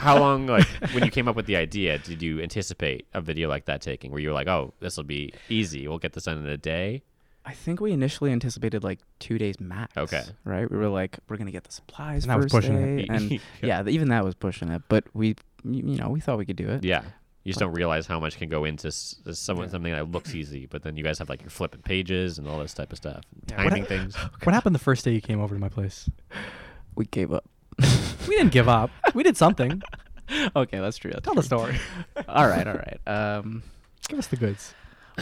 [SPEAKER 1] How long, like, when you came up with the idea, did you anticipate a video like that taking? Where you were like, "Oh, this will be easy. We'll get this done in a day."
[SPEAKER 4] I think we initially anticipated like two days max.
[SPEAKER 1] Okay.
[SPEAKER 4] Right. We were like, we're gonna get the supplies.
[SPEAKER 3] And that was
[SPEAKER 1] [LAUGHS]
[SPEAKER 4] first
[SPEAKER 3] pushing it.
[SPEAKER 4] day, And
[SPEAKER 1] Yeah.
[SPEAKER 4] yeah, th- even that was pushing it. But we, y- you know, we thought we could do it.
[SPEAKER 1] Yeah, You just don't realize how much can go into s- s- someone something that looks easy, but then you guys have like your flipping pages and all this type of stuff,
[SPEAKER 3] what
[SPEAKER 1] timing
[SPEAKER 3] I-
[SPEAKER 1] things.
[SPEAKER 3] [LAUGHS] What happened the first day you came over to my place?
[SPEAKER 4] We gave up.
[SPEAKER 3] [LAUGHS] We didn't give up. [LAUGHS] We did something.
[SPEAKER 4] [LAUGHS] okay, that's true. that's
[SPEAKER 3] Tell the
[SPEAKER 4] true.
[SPEAKER 3] story.
[SPEAKER 4] All right, all right. Um,
[SPEAKER 3] [LAUGHS] Give us the goods.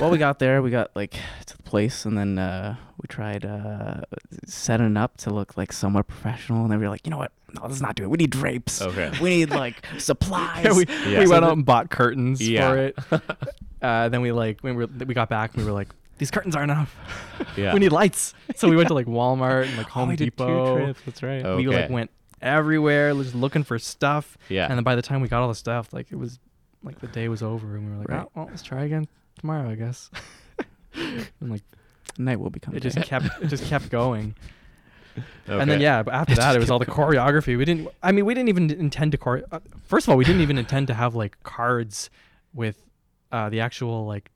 [SPEAKER 4] well, we got there. We got like to the place, and then uh, we tried uh, setting up to look like somewhat professional. And then we were like, you know what? No, let's not do it. We need drapes.
[SPEAKER 1] Okay.
[SPEAKER 4] We need like supplies.
[SPEAKER 3] [LAUGHS] we
[SPEAKER 1] Yeah.
[SPEAKER 3] we
[SPEAKER 1] So
[SPEAKER 3] went
[SPEAKER 1] the-
[SPEAKER 3] out and bought curtains
[SPEAKER 1] Yeah.
[SPEAKER 3] for it.
[SPEAKER 1] [LAUGHS]
[SPEAKER 3] Uh, then we like when we were, we got back and we were like these curtains aren't enough.
[SPEAKER 1] Yeah.
[SPEAKER 3] we need lights. So we went [LAUGHS] to like Walmart and like Home
[SPEAKER 4] we did two
[SPEAKER 3] Depot.
[SPEAKER 4] trips, That's right.
[SPEAKER 1] Oh.
[SPEAKER 3] We like
[SPEAKER 1] Okay.
[SPEAKER 3] went everywhere just looking for stuff.
[SPEAKER 1] Yeah.
[SPEAKER 3] And then by the time we got all the stuff, like it was like the day was over and we were like,
[SPEAKER 4] Right.
[SPEAKER 3] oh, well, let's try again tomorrow, I guess. and like
[SPEAKER 4] Night will become.
[SPEAKER 3] [LAUGHS] it just
[SPEAKER 4] day.
[SPEAKER 3] kept it just kept going.
[SPEAKER 1] okay.
[SPEAKER 3] And then yeah,
[SPEAKER 1] [LAUGHS]
[SPEAKER 3] but after that it was all the choreography. We didn't. I mean, we didn't even intend to chore. Uh, first of all, we didn't even intend to have like cards with uh, the actual like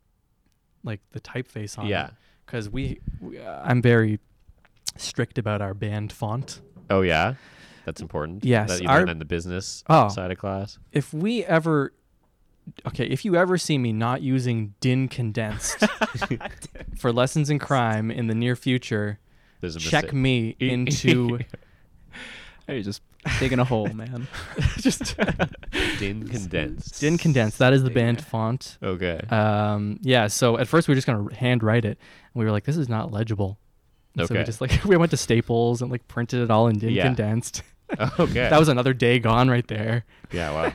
[SPEAKER 3] like the typeface on.
[SPEAKER 1] Yeah.
[SPEAKER 3] Because we, we uh, I'm very strict about our band font.
[SPEAKER 1] Oh yeah, that's important.
[SPEAKER 3] Yes,
[SPEAKER 1] that you
[SPEAKER 3] our-
[SPEAKER 1] learn in the business
[SPEAKER 3] Oh.
[SPEAKER 1] side of class.
[SPEAKER 3] If we ever, okay, if you ever see me not using
[SPEAKER 1] [LAUGHS]
[SPEAKER 3] DIN condensed for lessons in crime in the near future,
[SPEAKER 1] There's a
[SPEAKER 3] check
[SPEAKER 1] mistake.
[SPEAKER 3] me
[SPEAKER 1] [LAUGHS]
[SPEAKER 3] into
[SPEAKER 4] You're just digging a hole, man.
[SPEAKER 3] just
[SPEAKER 1] din
[SPEAKER 3] [LAUGHS]
[SPEAKER 1] condensed.
[SPEAKER 3] DIN condensed. That is the band font.
[SPEAKER 1] Okay.
[SPEAKER 3] Um, yeah. So at first we were just gonna handwrite it, and we were like, "This is not legible." And So we
[SPEAKER 1] Okay.
[SPEAKER 3] just like [LAUGHS] we went to Staples and like printed it all and did
[SPEAKER 1] Yeah.
[SPEAKER 3] condensed.
[SPEAKER 1] [LAUGHS] okay.
[SPEAKER 3] Uh, that was another day gone right there.
[SPEAKER 1] yeah. Wow.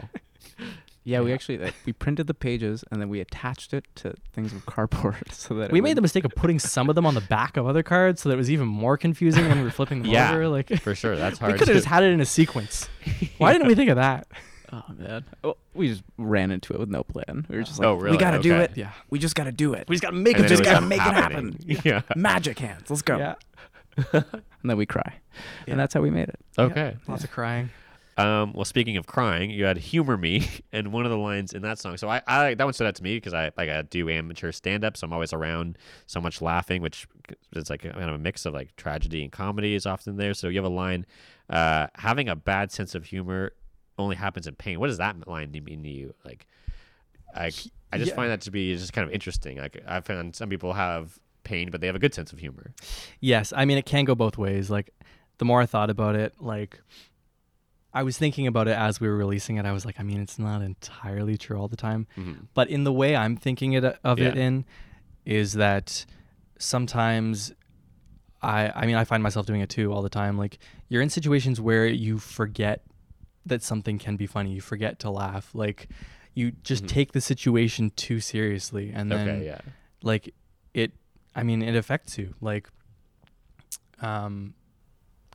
[SPEAKER 4] Yeah, we actually like, we printed the pages and then we attached it to things with cardboard [LAUGHS] so that it
[SPEAKER 3] We made
[SPEAKER 4] would-
[SPEAKER 3] the mistake of putting some of them on the back of other cards, so that it was even more confusing when we were flipping them
[SPEAKER 1] Yeah,
[SPEAKER 3] over. Like [LAUGHS]
[SPEAKER 1] For sure. That's
[SPEAKER 3] we
[SPEAKER 1] hard.
[SPEAKER 3] could have
[SPEAKER 1] to-
[SPEAKER 3] just had it in
[SPEAKER 1] [LAUGHS]
[SPEAKER 3] a sequence. Why didn't we think of that?
[SPEAKER 4] Oh man, oh, we just ran into it with no plan. We were just like,
[SPEAKER 1] Oh, really?
[SPEAKER 4] we gotta do
[SPEAKER 1] Okay.
[SPEAKER 4] it.
[SPEAKER 3] Yeah.
[SPEAKER 4] We just gotta do it.
[SPEAKER 3] We just gotta make
[SPEAKER 1] And
[SPEAKER 3] it.
[SPEAKER 1] then
[SPEAKER 4] just
[SPEAKER 1] it was
[SPEAKER 4] gotta make it
[SPEAKER 1] happening. [LAUGHS] Yeah.
[SPEAKER 4] Magic hands. Let's go.
[SPEAKER 3] Yeah.
[SPEAKER 4] And then we cry,
[SPEAKER 3] Yeah.
[SPEAKER 4] and that's how we made it.
[SPEAKER 1] Okay.
[SPEAKER 3] Lots of crying.
[SPEAKER 1] Um, well, speaking of crying, you had "Humor Me" [LAUGHS] and one of the lines in that song. So I, I that one stood out to me because I like I do amateur stand up, so I'm always around so much laughing, which is like kind of a mix of like tragedy and comedy is often there. So you have a line, uh, having a bad sense of humor only happens in pain. What does that line mean to you? Like, I I just
[SPEAKER 3] yeah.
[SPEAKER 1] find that to be just kind of interesting. Like I found some people have pain, but they have a good sense of humor.
[SPEAKER 3] Yes, I mean it can go both ways. Like the more I thought about it, like I was thinking about it as we were releasing it. I was like, I mean, it's not entirely true all the time, but in the way I'm thinking it uh, of it
[SPEAKER 1] Yeah.
[SPEAKER 3] in is that sometimes I I mean, I find myself doing it too all the time. Like you're in situations where you forget that something can be funny. You forget to laugh. Like you just take the situation too seriously and then
[SPEAKER 1] Mm-hmm. okay, yeah,
[SPEAKER 3] like it i mean it affects you like um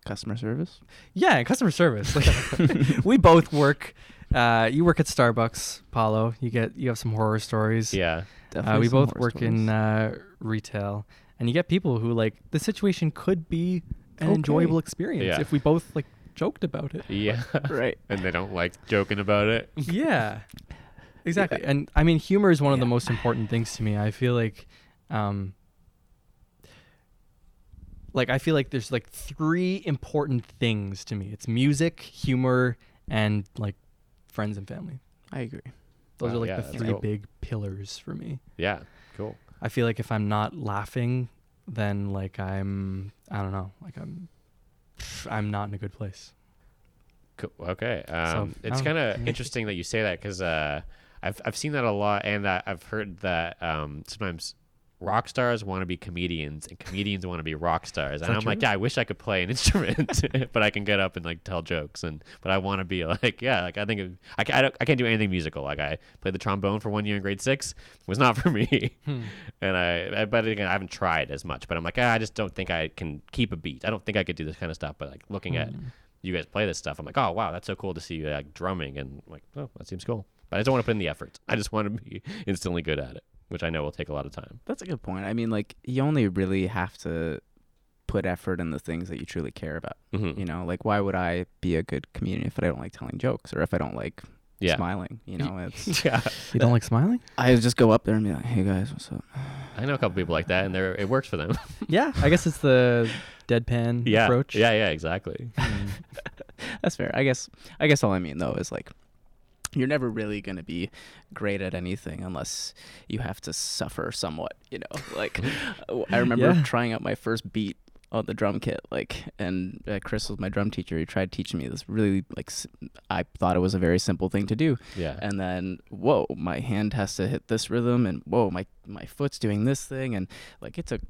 [SPEAKER 4] Customer service.
[SPEAKER 3] yeah and customer service
[SPEAKER 1] [LAUGHS]
[SPEAKER 3] like [LAUGHS] we both work uh you work at starbucks paulo you get you have some horror stories
[SPEAKER 1] yeah,
[SPEAKER 3] uh, we
[SPEAKER 4] some
[SPEAKER 3] both
[SPEAKER 4] horror
[SPEAKER 3] work in
[SPEAKER 4] stories.
[SPEAKER 3] uh retail and you get people who like the situation could be an
[SPEAKER 4] Okay.
[SPEAKER 3] enjoyable experience
[SPEAKER 1] Yeah.
[SPEAKER 3] if we both like joked
[SPEAKER 1] [LAUGHS]
[SPEAKER 3] about it
[SPEAKER 1] yeah,
[SPEAKER 4] right.
[SPEAKER 1] and they don't like joking about it.
[SPEAKER 3] yeah exactly and i mean humor is one of the most important things to me i feel like um like i feel like there's like three important things to me it's music humor and like friends and family
[SPEAKER 4] I agree.
[SPEAKER 3] those
[SPEAKER 1] Wow,
[SPEAKER 3] are like
[SPEAKER 1] yeah,
[SPEAKER 3] the
[SPEAKER 1] that's
[SPEAKER 3] three
[SPEAKER 1] cool.
[SPEAKER 3] big pillars for me
[SPEAKER 1] Yeah, cool.
[SPEAKER 3] i feel like if i'm not laughing then like i'm i don't know like i'm i'm not in a good place
[SPEAKER 1] Cool. Okay. Um, it's
[SPEAKER 3] um,
[SPEAKER 1] kind of
[SPEAKER 3] yeah.
[SPEAKER 1] interesting that you say that because uh, I've, I've seen that a lot, and I, I've heard that um, sometimes rock stars want to be comedians and comedians want to be rock stars. And I'm like, yeah, I wish I could play an [LAUGHS] instrument, but I can get up and like tell jokes. And but I want to be like, yeah, like I think it, I, ca- I, don't, I can't do anything musical. Like I played the trombone for one year in grade six, was not [LAUGHS] for me. And I, I, but again, I haven't tried as much. But I'm like, ah, I just don't think I can keep a beat. I don't think I could do this kind of stuff. But like looking
[SPEAKER 3] Hmm.
[SPEAKER 1] at you guys play this stuff. I'm like, oh wow, that's so cool to see you like drumming, and I'm like, oh, that seems cool. But I don't want to put in the effort. [LAUGHS] I just want to be instantly good at it, which I know will take a lot of time.
[SPEAKER 4] That's a good point. I mean, like you only really have to put effort in the things that you truly care about.
[SPEAKER 1] Mhm.
[SPEAKER 4] You know, like why would I be a good comedian if I don't like telling jokes or if I don't like
[SPEAKER 1] Yeah,
[SPEAKER 4] smiling? You know,
[SPEAKER 1] [LAUGHS]
[SPEAKER 4] it's
[SPEAKER 1] yeah.
[SPEAKER 3] you don't like smiling
[SPEAKER 4] I just go up there and be like, "Hey guys, what's up?"
[SPEAKER 1] I know a couple people like that, and they're it works for
[SPEAKER 4] [LAUGHS]
[SPEAKER 1] them.
[SPEAKER 3] yeah i guess it's the deadpan
[SPEAKER 1] [LAUGHS] yeah,
[SPEAKER 3] approach
[SPEAKER 4] [LAUGHS]
[SPEAKER 3] Hmm. [LAUGHS]
[SPEAKER 1] yeah, yeah, exactly.
[SPEAKER 4] That's fair. I guess I guess all I mean though is like you're never really going to be great at anything unless you have to suffer somewhat you know
[SPEAKER 1] [LAUGHS]
[SPEAKER 4] like i remember
[SPEAKER 3] Yeah.
[SPEAKER 4] trying out my first beat on the drum kit like and uh, chris was my drum teacher he tried teaching me this really like s- i thought it was a very simple thing to do
[SPEAKER 1] Yeah.
[SPEAKER 4] and then whoa my hand has to hit this rhythm and whoa my my foot's doing this thing and like it took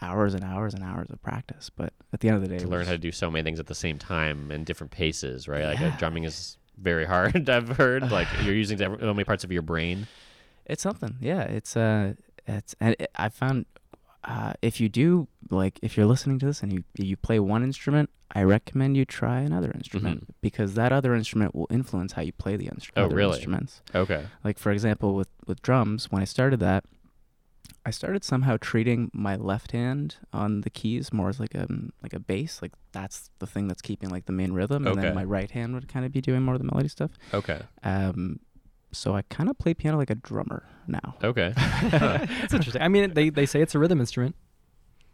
[SPEAKER 4] hours and hours and hours of practice but at the end of the day
[SPEAKER 1] to
[SPEAKER 4] it
[SPEAKER 1] learn
[SPEAKER 4] was-
[SPEAKER 1] how to do so many things at the same time and different paces, right? Like uh,
[SPEAKER 4] Yeah.
[SPEAKER 1] drumming is very hard. [LAUGHS] I've heard like you're using every- so many parts of your brain.
[SPEAKER 4] It's something. Yeah, it's uh it's and it, I found uh if you do like if you're listening to this and you you play one instrument, I recommend you try another instrument because that other instrument will influence how you play the instru-
[SPEAKER 1] Mm-hmm. Oh,
[SPEAKER 4] other
[SPEAKER 1] really?
[SPEAKER 4] instruments.
[SPEAKER 1] Okay.
[SPEAKER 4] Like for example with with drums, when I started that I started somehow treating my left hand on the keys more as like a like a bass, like that's the thing that's keeping like the main rhythm, and
[SPEAKER 1] Okay.
[SPEAKER 4] then my right hand would kind of be doing more of the melody stuff.
[SPEAKER 1] Okay.
[SPEAKER 4] Um, so I kind of play piano like a drummer now.
[SPEAKER 1] Okay.
[SPEAKER 3] That's interesting. I mean, they, they say it's a rhythm instrument.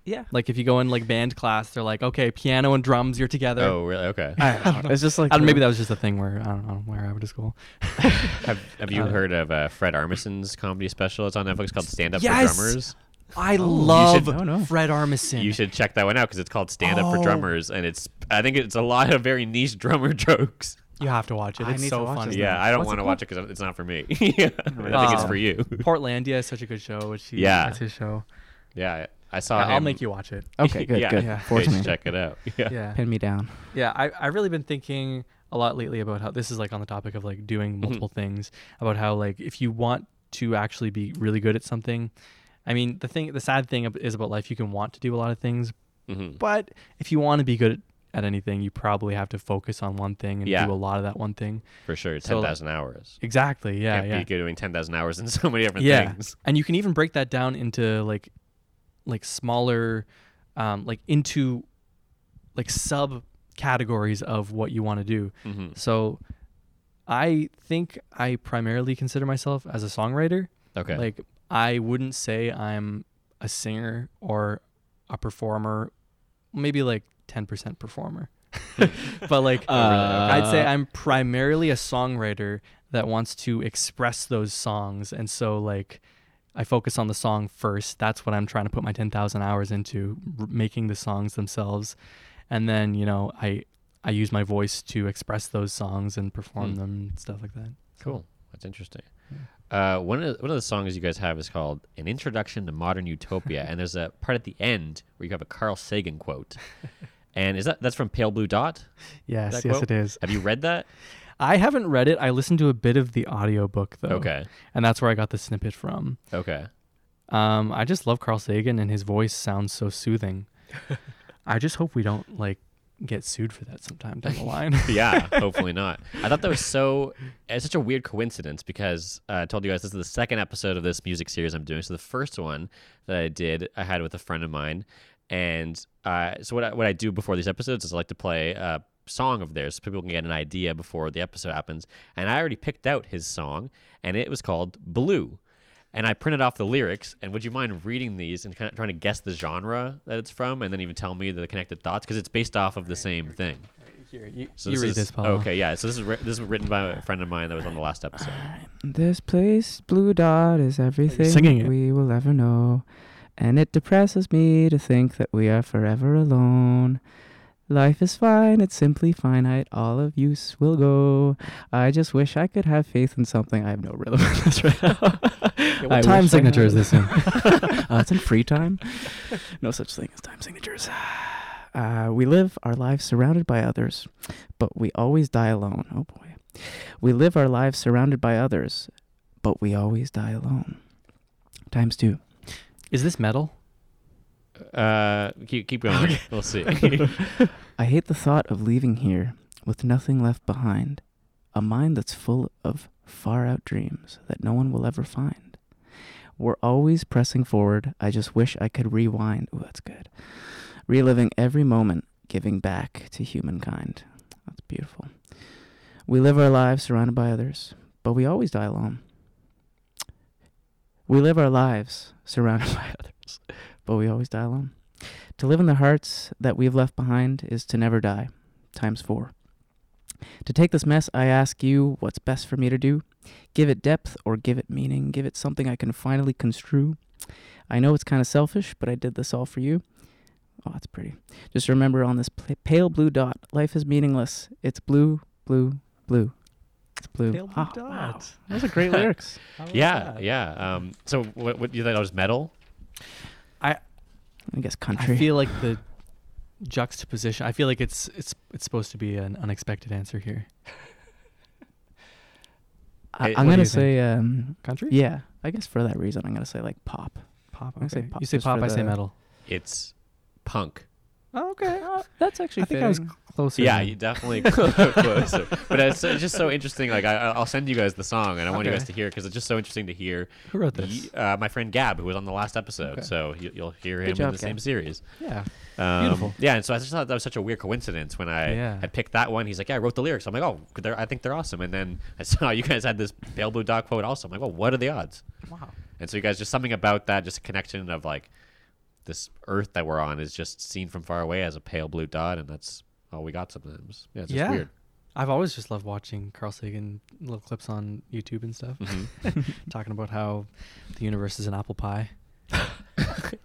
[SPEAKER 4] Yeah,
[SPEAKER 3] Like if you go in like band class, they're like, okay, piano and drums, you're together.
[SPEAKER 1] oh, really? Okay.
[SPEAKER 3] I,
[SPEAKER 1] [LAUGHS]
[SPEAKER 3] I don't know.
[SPEAKER 4] It's just like
[SPEAKER 3] I don't, maybe
[SPEAKER 4] the-
[SPEAKER 3] that was just a thing where I don't know where I went to school.
[SPEAKER 1] Have, have you
[SPEAKER 4] Uh,
[SPEAKER 1] heard of uh, Fred Armisen's comedy special? It's on Netflix called Stand Up
[SPEAKER 3] Yes!
[SPEAKER 1] for Drummers.
[SPEAKER 3] I
[SPEAKER 1] love
[SPEAKER 3] love
[SPEAKER 4] no, no.
[SPEAKER 3] Fred Armisen.
[SPEAKER 1] You should check that one out because it's called Stand Up for
[SPEAKER 3] Oh.
[SPEAKER 1] Drummers, and it's I think it's a lot of very niche drummer [LAUGHS] jokes.
[SPEAKER 3] You have to watch it.
[SPEAKER 4] I
[SPEAKER 3] It's
[SPEAKER 4] need
[SPEAKER 3] so
[SPEAKER 4] to watch
[SPEAKER 3] funny.
[SPEAKER 4] this
[SPEAKER 1] Yeah,
[SPEAKER 4] nice.
[SPEAKER 1] I don't
[SPEAKER 4] What's it
[SPEAKER 1] want to
[SPEAKER 4] called?
[SPEAKER 1] watch it because it's not for me. [LAUGHS] yeah. I think it's
[SPEAKER 3] Oh.
[SPEAKER 1] for you. [LAUGHS]
[SPEAKER 3] Portlandia is such a good show. Which he,
[SPEAKER 1] Yeah.
[SPEAKER 3] that's his show.
[SPEAKER 1] Yeah, I I saw.
[SPEAKER 3] I'll
[SPEAKER 1] him- [LAUGHS]
[SPEAKER 3] make you watch it.
[SPEAKER 4] Okay, good,
[SPEAKER 1] yeah,
[SPEAKER 4] good.
[SPEAKER 1] Yeah.
[SPEAKER 4] Force
[SPEAKER 1] You should
[SPEAKER 4] me.
[SPEAKER 1] Check it out. [LAUGHS] Yeah.
[SPEAKER 3] Yeah,
[SPEAKER 4] Pin me down.
[SPEAKER 3] yeah. I I've really been thinking a lot lately about how this is like on the topic of like
[SPEAKER 1] Mm-hmm.
[SPEAKER 3] doing multiple things. About how like if you want to actually be really good at something, I mean the thing the sad thing ab- is about life you can want to do a lot of things,
[SPEAKER 1] Mhm.
[SPEAKER 3] but if you want to be good at anything, you probably have to focus on one thing and
[SPEAKER 1] Yeah.
[SPEAKER 3] do a lot of that one thing.
[SPEAKER 1] For sure, ten
[SPEAKER 3] So-
[SPEAKER 1] thousand hours.
[SPEAKER 3] Exactly. Yeah.
[SPEAKER 1] Can't
[SPEAKER 3] yeah.
[SPEAKER 1] be doing ten thousand hours in [LAUGHS] so many different
[SPEAKER 3] yeah
[SPEAKER 1] things.
[SPEAKER 3] and you can even break that down into like like smaller um like into like sub categories of what you want to do
[SPEAKER 1] Mm-hmm.
[SPEAKER 3] so i think i primarily consider myself as a songwriter
[SPEAKER 1] Okay.
[SPEAKER 3] like i wouldn't say i'm a singer or a performer maybe like
[SPEAKER 1] [LAUGHS]
[SPEAKER 3] 10% performer [LAUGHS] but like I'd say
[SPEAKER 1] Uh,
[SPEAKER 3] I'm primarily a songwriter that wants to express those songs, and so like I focus on the song first. That's what I'm trying to put my ten thousand hours into r- making the songs themselves, and then you know I I use my voice to express those songs and perform
[SPEAKER 1] Hmm.
[SPEAKER 3] them and stuff like that. So-
[SPEAKER 1] cool. That's interesting. Uh, one of the, one of the songs you guys have is called "An Introduction to Modern Utopia," and there's a part at the end where you have a Carl Sagan quote. and is that that's from Pale Blue Dot?
[SPEAKER 3] Yes,
[SPEAKER 1] That
[SPEAKER 3] yes,
[SPEAKER 1] quote?
[SPEAKER 3] it is.
[SPEAKER 1] Have you read that?
[SPEAKER 3] I haven't read it. I listened to a bit of the audiobook though.
[SPEAKER 1] Okay.
[SPEAKER 3] and that's where I got the snippet from.
[SPEAKER 1] Okay.
[SPEAKER 3] Um, I just love Carl Sagan and his voice sounds so
[SPEAKER 1] [LAUGHS]
[SPEAKER 3] soothing. I just hope we don't like get sued for that sometime down the
[SPEAKER 1] [LAUGHS]
[SPEAKER 3] line. [LAUGHS]
[SPEAKER 1] yeah, hopefully not. I thought that was so it's such a weird coincidence because uh, I told you guys this is the second episode of this music series I'm doing. So the first one that I did, I had with a friend of mine, and uh, so what I, what I do before these episodes is I like to play a song of theirs so people can get an idea before the episode happens. And I already picked out his song, and it was called Blue. And I printed off the lyrics. And would you mind reading these and kind of trying to guess the genre that it's from, and then even tell me the connected thoughts because it's based off of the same thing.
[SPEAKER 3] [LAUGHS] you
[SPEAKER 1] So
[SPEAKER 3] read
[SPEAKER 1] is,
[SPEAKER 3] this, Paul.
[SPEAKER 1] Okay, yeah. So this is ri- this was written by a friend of mine that was on the last episode.
[SPEAKER 4] This place, blue dot, is everything
[SPEAKER 3] singing it.
[SPEAKER 4] we will ever know, and it depresses me to think that we are forever alone. Life is fine, it's simply finite. All of use will go. I just wish I could have faith in something. I have no [LAUGHS] rhythm in this right now.
[SPEAKER 3] what
[SPEAKER 4] I
[SPEAKER 3] time
[SPEAKER 4] wish I
[SPEAKER 3] signature
[SPEAKER 4] had-
[SPEAKER 3] is
[SPEAKER 4] [LAUGHS]
[SPEAKER 3] this in? [LAUGHS]
[SPEAKER 4] uh, it's in free time. No such thing as time signatures. [SIGHS] Uh, we live our lives surrounded by others, but we always die alone. Oh boy. We live our lives surrounded by others, but we always die alone. Times two.
[SPEAKER 3] Is this metal?
[SPEAKER 1] Uh, keep keep going. We'll see.
[SPEAKER 4] I hate the thought of leaving here with nothing left behind, a mind that's full of far out dreams that no one will ever find. We're always pressing forward. I just wish I could rewind. Ooh, that's good. Reliving every moment, giving back to humankind. That's beautiful. We live our lives surrounded by others, but we always die alone. We live our lives surrounded [LAUGHS] by others, but we always die alone. To live in the hearts that we've left behind is to never die, times four. To take this mess, I ask you what's best for me to do. Give it depth or give it meaning. Give it something I can finally construe. I know it's kind of selfish, but I did this all for you. Oh, that's pretty. Just remember on this pl- pale blue dot, life is meaningless. It's blue, blue, blue. It's blue.
[SPEAKER 3] Pale blue
[SPEAKER 4] Ah, wow.
[SPEAKER 3] dot.
[SPEAKER 4] Those
[SPEAKER 3] [LAUGHS]
[SPEAKER 4] are great lyrics.
[SPEAKER 3] How was
[SPEAKER 1] [LAUGHS] yeah,
[SPEAKER 3] that?
[SPEAKER 1] yeah. Um, so what, what you thought I was metal?
[SPEAKER 4] I guess
[SPEAKER 3] I
[SPEAKER 4] country.
[SPEAKER 3] feel like the juxtaposition. I feel like it's it's it's supposed to be an unexpected answer here.
[SPEAKER 4] I,
[SPEAKER 1] Hey,
[SPEAKER 4] am
[SPEAKER 3] what do
[SPEAKER 4] gonna
[SPEAKER 3] you think?
[SPEAKER 4] say, um,
[SPEAKER 3] Country?
[SPEAKER 4] yeah. I guess for that reason, I'm gonna say like pop.
[SPEAKER 3] Pop.
[SPEAKER 4] I say
[SPEAKER 3] okay.
[SPEAKER 4] pop
[SPEAKER 3] you say
[SPEAKER 4] just for
[SPEAKER 3] pop. I say
[SPEAKER 4] the-
[SPEAKER 3] metal.
[SPEAKER 1] It's punk.
[SPEAKER 3] Oh, okay.
[SPEAKER 4] that's actually.
[SPEAKER 3] I think I was closer.
[SPEAKER 1] yeah,
[SPEAKER 3] than-
[SPEAKER 1] you definitely closer. But it's, it's just so interesting. Like I, I- I'll send you guys the song, and I want you
[SPEAKER 3] Okay.
[SPEAKER 1] guys to hear because it's just so interesting to hear.
[SPEAKER 3] Who wrote this?
[SPEAKER 1] Ye- uh, my friend Gab, who was on the last episode,
[SPEAKER 3] Okay.
[SPEAKER 1] so you, you'll hear him
[SPEAKER 4] Good
[SPEAKER 1] in
[SPEAKER 4] job,
[SPEAKER 1] the same
[SPEAKER 4] Gab.
[SPEAKER 1] series.
[SPEAKER 3] yeah.
[SPEAKER 1] Um,
[SPEAKER 3] Beautiful.
[SPEAKER 1] Yeah, and so I just thought that was such a weird coincidence when I
[SPEAKER 3] Yeah.
[SPEAKER 1] had picked that one. He's like, "Yeah, I wrote the lyrics." I'm like, "Oh, they're, I think they're awesome." And then [LAUGHS] I saw you guys had this pale blue dot quote also. I'm like, "Well, what are the odds?"
[SPEAKER 3] Wow.
[SPEAKER 1] And so you guys just something about that, just a connection of like this Earth that we're on is just seen from far away as a pale blue dot, and that's all we got sometimes. Yeah, it's just
[SPEAKER 3] Yeah.
[SPEAKER 1] weird.
[SPEAKER 3] I've always just loved watching Carl Sagan little clips on YouTube and
[SPEAKER 1] [LAUGHS]
[SPEAKER 3] stuff,
[SPEAKER 1] Mm-hmm.
[SPEAKER 3] [LAUGHS] talking about how the universe is an apple pie.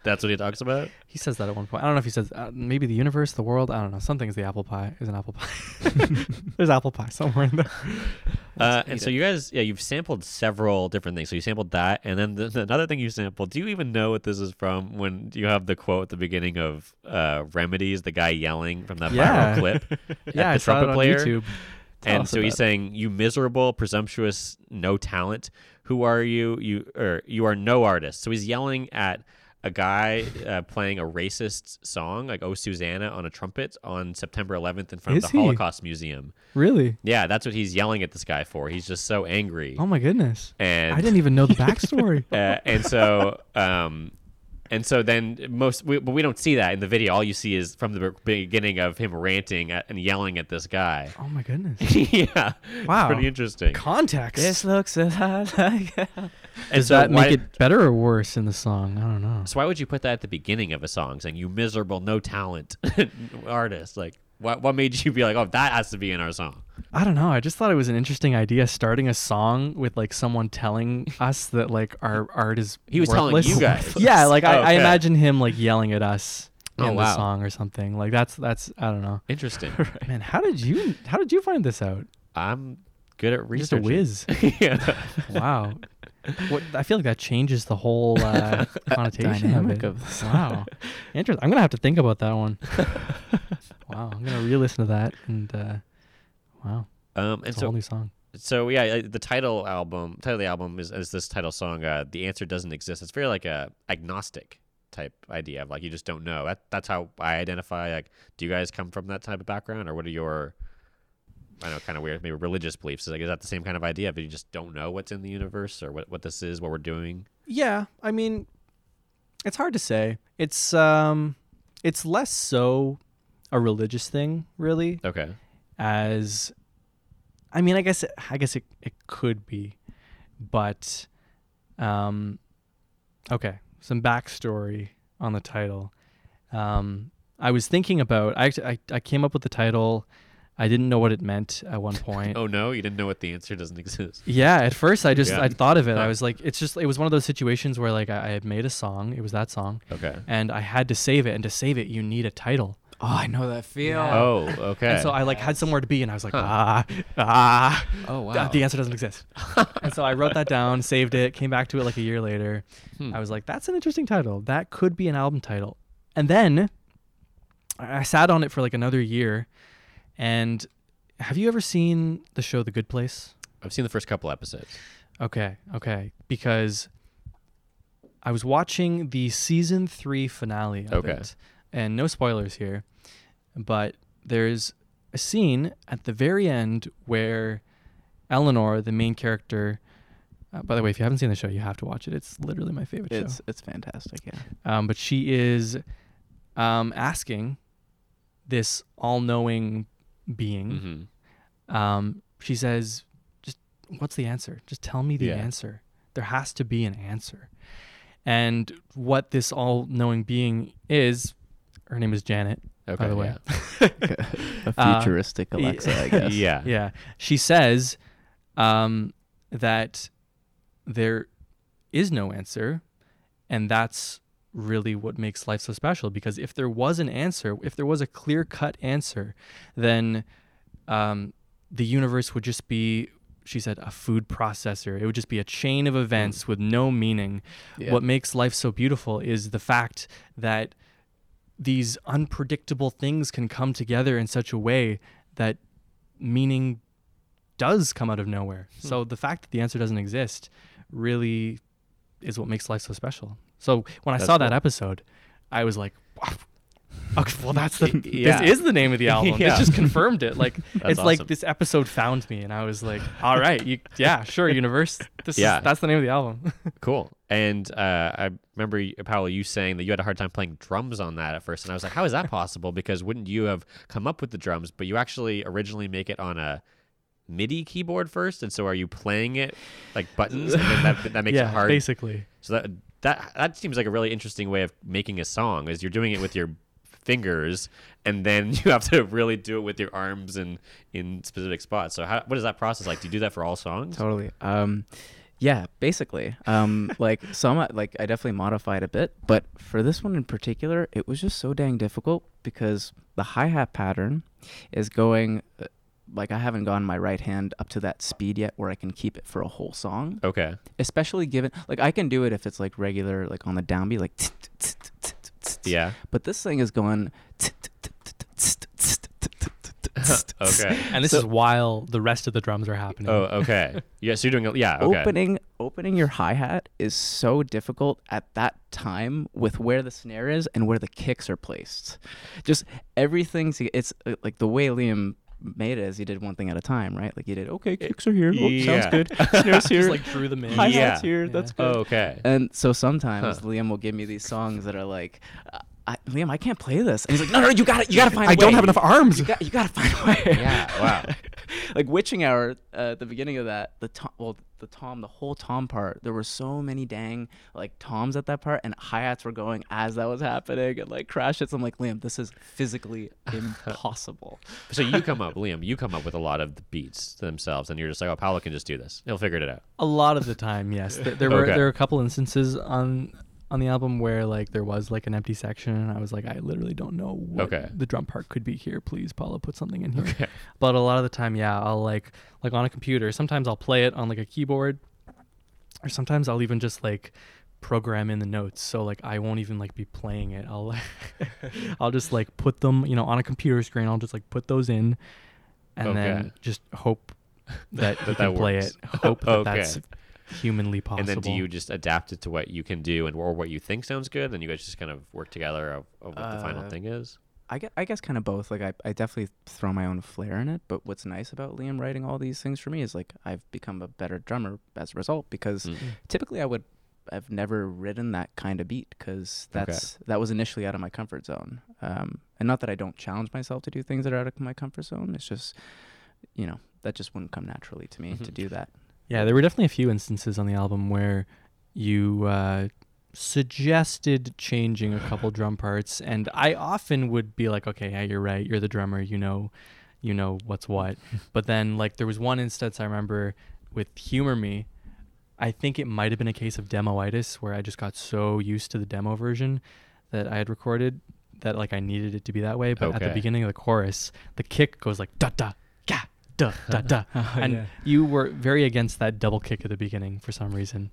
[SPEAKER 1] That's what he talks about.
[SPEAKER 3] He says that at one point. I don't know if he says uh, maybe the universe, the world. I don't know. Something's the apple pie. Is an apple pie. There's apple pie somewhere in there.
[SPEAKER 1] Uh, and so you guys, yeah, you've sampled several different things. So you sampled that, and then the, another thing you sampled. Do you even know what this is from? When you have the quote at the beginning of uh, "Remedies," the guy yelling from that
[SPEAKER 3] Yeah.
[SPEAKER 1] viral
[SPEAKER 3] [LAUGHS]
[SPEAKER 1] clip, at
[SPEAKER 3] yeah,
[SPEAKER 1] the
[SPEAKER 3] I saw it
[SPEAKER 1] trumpet
[SPEAKER 3] on
[SPEAKER 1] player,
[SPEAKER 3] YouTube.
[SPEAKER 4] Tell
[SPEAKER 1] and
[SPEAKER 4] us
[SPEAKER 1] so he's
[SPEAKER 4] about
[SPEAKER 1] saying, "You miserable, presumptuous, no talent. Who are you? You or you are no artist." So he's yelling at a guy uh, playing a racist song like "Oh Susanna" on a trumpet on September 11th in front
[SPEAKER 3] Is
[SPEAKER 1] of the
[SPEAKER 3] he?
[SPEAKER 1] Holocaust Museum.
[SPEAKER 3] Really?
[SPEAKER 1] Yeah, that's what he's yelling at this guy for. He's just so angry.
[SPEAKER 3] Oh my goodness.
[SPEAKER 1] and
[SPEAKER 3] I didn't even know the backstory.
[SPEAKER 1] uh, and so um and so then most we, but we don't see that in the video all you see is from the be- beginning of him ranting at, and yelling at this guy [LAUGHS]
[SPEAKER 3] oh my goodness.
[SPEAKER 1] yeah
[SPEAKER 3] Wow.
[SPEAKER 1] it's pretty interesting
[SPEAKER 3] Context.
[SPEAKER 4] This looks a lot like.
[SPEAKER 1] and
[SPEAKER 3] Does that
[SPEAKER 1] why,
[SPEAKER 3] make it better or worse in the song? I don't know.
[SPEAKER 1] so why would you put that at the beginning of a song saying you miserable no talent [LAUGHS] artist like what, what made you be like oh that has to be in our song
[SPEAKER 3] I don't know. I just thought it was an interesting idea starting a song with like someone telling us that like our art is
[SPEAKER 1] He was telling
[SPEAKER 3] worthless.
[SPEAKER 1] you guys.
[SPEAKER 3] [LAUGHS] yeah, like I, I
[SPEAKER 1] Okay.
[SPEAKER 3] imagine him like yelling at us
[SPEAKER 1] Oh,
[SPEAKER 3] in the
[SPEAKER 1] wow.
[SPEAKER 3] song or something. Like that's that's I don't know. [LAUGHS]
[SPEAKER 1] interesting
[SPEAKER 3] Man, how did you how did you find this out?
[SPEAKER 1] i'm good at
[SPEAKER 3] Just a
[SPEAKER 1] researching
[SPEAKER 3] whiz.
[SPEAKER 1] [LAUGHS] yeah
[SPEAKER 3] wow. What I feel like that changes the
[SPEAKER 1] [LAUGHS]
[SPEAKER 3] whole uh, connotation of
[SPEAKER 4] Dynamic
[SPEAKER 3] it.
[SPEAKER 4] of the song.
[SPEAKER 3] wow. Interesting. I'm gonna have to think about
[SPEAKER 1] [LAUGHS]
[SPEAKER 3] that one. wow. I'm gonna re-listen to that and uh, wow,
[SPEAKER 1] um and
[SPEAKER 3] it's a
[SPEAKER 1] so
[SPEAKER 3] whole new song.
[SPEAKER 1] so yeah uh, the title album title of the album is, is this title song uh, the answer doesn't exist it's very like a agnostic type idea of like you just don't know that, that's how i identify like do you guys come from that type of background or what are your i know kind of weird maybe religious beliefs is like is that the same kind of idea but you just don't know what's in the universe or what, what this is what we're doing
[SPEAKER 3] Yeah, I mean, it's hard to say. It's um, it's less so a religious thing, really,
[SPEAKER 1] okay
[SPEAKER 3] as I mean, I guess I guess it it could be, but um, okay, some backstory on the title. Um, I was thinking about I actually I, I came up with the title. I didn't know what it meant at one point.
[SPEAKER 1] oh no you didn't know what the answer doesn't exist
[SPEAKER 3] Yeah, at first I just
[SPEAKER 1] Yeah.
[SPEAKER 3] I thought of it. I
[SPEAKER 1] Huh.
[SPEAKER 3] was like, it's just it was one of those situations where like I, I had made a song. It was that song,
[SPEAKER 1] okay
[SPEAKER 3] and I had to save it. And to save it, you need a title.
[SPEAKER 4] [LAUGHS] Oh, I know that feel.
[SPEAKER 3] Yeah.
[SPEAKER 1] oh okay
[SPEAKER 3] And so I like had somewhere to be, and I was like,
[SPEAKER 1] Huh.
[SPEAKER 3] ah, ah,
[SPEAKER 4] Oh, wow.
[SPEAKER 3] th- the answer
[SPEAKER 1] [LAUGHS]
[SPEAKER 3] doesn't exist. and so I wrote that down, saved it, came back to it like a year later.
[SPEAKER 1] Hmm.
[SPEAKER 3] I was like, that's an interesting title. That could be an album title. And then I I sat on it for like another year. And have you ever seen the show The Good Place?
[SPEAKER 1] i've seen the first couple episodes
[SPEAKER 3] Okay, okay. Because I was watching the season three finale of
[SPEAKER 1] Okay.
[SPEAKER 3] it, and no spoilers here, but there's a scene at the very end where Eleanor, the main character, uh, by the way, if you haven't seen the show, you have to watch it. It's literally my favorite
[SPEAKER 4] It's
[SPEAKER 3] show.
[SPEAKER 4] it's fantastic. Yeah.
[SPEAKER 3] Um, but she is um, asking this all-knowing being
[SPEAKER 1] mm-hmm.
[SPEAKER 3] um, she says, "Just what's the answer? Just tell me the
[SPEAKER 1] Yeah.
[SPEAKER 3] answer. There has to be an answer." And what this all-knowing being is, her name is Janet.
[SPEAKER 1] Okay,
[SPEAKER 3] by the way.
[SPEAKER 4] a
[SPEAKER 3] [LAUGHS] Uh,
[SPEAKER 4] futuristic
[SPEAKER 3] y-
[SPEAKER 4] Alexa, [LAUGHS] I
[SPEAKER 1] yeah.
[SPEAKER 3] [LAUGHS]
[SPEAKER 4] guess.
[SPEAKER 1] yeah.
[SPEAKER 3] yeah she says um, that there is no answer and that's really what makes life so special because if there was an answer if there was a clear cut answer then um, the universe would just be she said a food processor it would just be a chain of events with no meaning
[SPEAKER 4] Yeah.
[SPEAKER 3] what makes life so beautiful is the fact that these unpredictable things can come together in such a way that meaning does come out of nowhere. So the fact that the answer doesn't exist really is what makes life so special. So when I
[SPEAKER 1] That's
[SPEAKER 3] saw that
[SPEAKER 1] cool.
[SPEAKER 3] episode, I was like, "Wow, [LAUGHS] okay, well, that's [LAUGHS] the
[SPEAKER 1] Yeah.
[SPEAKER 3] this is the name of the album.
[SPEAKER 1] Yeah.
[SPEAKER 3] This just confirmed it. [LAUGHS] Like
[SPEAKER 1] That's
[SPEAKER 3] it's like
[SPEAKER 1] awesome.
[SPEAKER 3] this episode found me, and I was [LAUGHS] like, all right, you, yeah, sure, universe. This
[SPEAKER 1] Yeah.
[SPEAKER 3] is, that's the name of the album.
[SPEAKER 1] Cool. And uh, I remember, y- Paolo, you saying that you had a hard time playing drums on that at first. And I was like, how is that possible? Because wouldn't you have come up with the drums, but you actually originally make it on a MIDI keyboard first? And so are you playing it like buttons? And then that, that makes
[SPEAKER 3] [LAUGHS] yeah,
[SPEAKER 1] it hard.
[SPEAKER 3] basically.
[SPEAKER 1] So that, that, that seems like a really interesting way of making a song is you're doing it with your fingers and then [LAUGHS] you have to really do it with your arms and in specific spots. So how, what is that process like? Do you do that for all songs?
[SPEAKER 4] Totally. Um, yeah, basically. [LAUGHS] Um, like some, like I definitely modified a bit, but for this one in particular, it was just so dang difficult because the hi hat pattern is going. uh, Like I haven't gotten my right hand up to that speed yet, where I can keep it for a whole song.
[SPEAKER 1] Okay.
[SPEAKER 4] Especially given, like I can do it if it's like regular, like on the downbeat, like.
[SPEAKER 1] Yeah.
[SPEAKER 4] But this thing is going.
[SPEAKER 1] Okay.
[SPEAKER 3] And this is while the rest of the drums are happening.
[SPEAKER 1] Oh, okay. Yeah, so you're doing a yeah, okay.
[SPEAKER 4] opening opening your hi hat is so difficult at that time with where the snare is and where the kicks are placed. Just everything. It's uh, like the way Liam made it is he did one thing at a time, right? Like he did. Okay, kicks are here. Oh, sounds
[SPEAKER 1] yeah.
[SPEAKER 4] good.
[SPEAKER 1] [LAUGHS]
[SPEAKER 4] Snares
[SPEAKER 3] Just
[SPEAKER 4] here.
[SPEAKER 3] like drew them in.
[SPEAKER 4] hi
[SPEAKER 1] Yeah.
[SPEAKER 4] hats here. That's good.
[SPEAKER 1] okay.
[SPEAKER 4] And so sometimes Liam will give me these songs that are like, uh, I, Liam, I can't play this. And he's like, No, no, you got
[SPEAKER 3] [LAUGHS]
[SPEAKER 4] it. You got to find. I
[SPEAKER 3] don't have enough arms.
[SPEAKER 4] [LAUGHS] You got. You got to find a way.
[SPEAKER 1] Yeah. Wow.
[SPEAKER 4] [LAUGHS] like witching hour uh, at the beginning of that the tom well the tom the whole tom part there were so many dang like toms at that part and hi-hats were going as that was happening and like crash hits i'm like liam this is
[SPEAKER 1] [LAUGHS]
[SPEAKER 4] physically impossible
[SPEAKER 1] So you come up, Liam, you come up with a lot of the beats themselves and you're just like, Oh, Paolo can just do this. He'll figure it out.
[SPEAKER 3] A lot of the time, yes. There, there were
[SPEAKER 1] Okay.
[SPEAKER 3] there were a couple instances on on the album where like there was like an empty section, and I was like, I literally don't know what
[SPEAKER 1] Okay.
[SPEAKER 3] the drum part could be here. Please, Paula, put something in here. But a lot of the time, yeah, I'll like like on a computer. Sometimes I'll play it on like a keyboard, or sometimes I'll even just like program in the notes. So like I won't even like [LAUGHS] be playing it. I'll I'll just like put them, you know, on a computer screen. I'll just like put those in, and
[SPEAKER 1] Okay.
[SPEAKER 3] then just hope
[SPEAKER 1] [LAUGHS]
[SPEAKER 3] that, you
[SPEAKER 1] That
[SPEAKER 3] can
[SPEAKER 1] that
[SPEAKER 3] play
[SPEAKER 1] works.
[SPEAKER 3] it. Hope
[SPEAKER 1] [LAUGHS]
[SPEAKER 3] that
[SPEAKER 1] Okay.
[SPEAKER 3] that's humanly possible.
[SPEAKER 1] And then do you just adapt it to what you can do and or what you think sounds good? Then you guys just kind of work together of, of what the final
[SPEAKER 4] Uh,
[SPEAKER 1] thing is?
[SPEAKER 4] I guess, I guess kind of both. Like I, I definitely throw my own flair in it. But what's nice about Liam writing all these things for me is like I've become a better drummer as a result because
[SPEAKER 1] Mm.
[SPEAKER 4] typically I would I've never written that kind of beat because
[SPEAKER 1] Okay.
[SPEAKER 4] that's that was initially out of my comfort zone. Um, and not that I don't challenge myself to do things that are out of my comfort zone. It's just you know that just wouldn't come naturally to me to
[SPEAKER 1] Mhm.
[SPEAKER 4] do that.
[SPEAKER 3] Yeah, there were definitely a few instances on the album where you uh, suggested changing a couple drum parts, and I often would be like, "Okay, yeah, you're right. You're the drummer. You know, you know what's what." but then, like, there was one instance I remember with "Humor Me." I think it might have been a case of demoitis where I just got so used to the demo version that I had recorded that like I needed it to be that way. But at the
[SPEAKER 1] Okay.
[SPEAKER 3] beginning of the chorus, the kick goes like da da ga da da da, [LAUGHS] and you were very against that double kick at the beginning for some reason.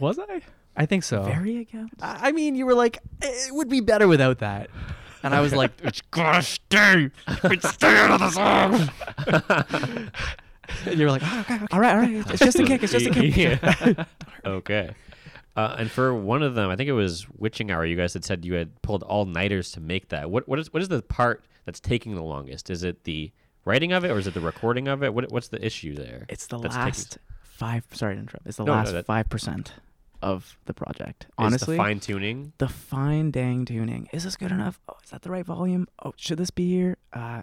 [SPEAKER 4] Was I
[SPEAKER 3] I think so.
[SPEAKER 4] very against?
[SPEAKER 3] I I mean, you were like, "Eh, it would be better without that. And I was like, [LAUGHS] it's gosh stay, it's stay out of the song. [LAUGHS] and you were like, "Ah, okay,
[SPEAKER 4] All right, all right. It's just a kick.
[SPEAKER 3] [LAUGHS]
[SPEAKER 4] It's just a kick.
[SPEAKER 1] Yeah. okay. Uh, and for one of them, I think it was Witching Hour. You guys had said you had pulled all nighters to make that. What what is what is the part that's taking the longest? Is it the writing of it, or is it the recording of it? What what's the issue there?
[SPEAKER 4] It's the
[SPEAKER 1] That's taking-
[SPEAKER 4] last five. Sorry to interrupt. It's the
[SPEAKER 1] No, no,
[SPEAKER 4] last
[SPEAKER 1] that-
[SPEAKER 4] five percent of the project.
[SPEAKER 1] is the
[SPEAKER 4] Honestly,
[SPEAKER 1] fine tuning.
[SPEAKER 4] the fine dang tuning. Is this good enough? Oh, is that the right volume? Oh, should this be here? Uh,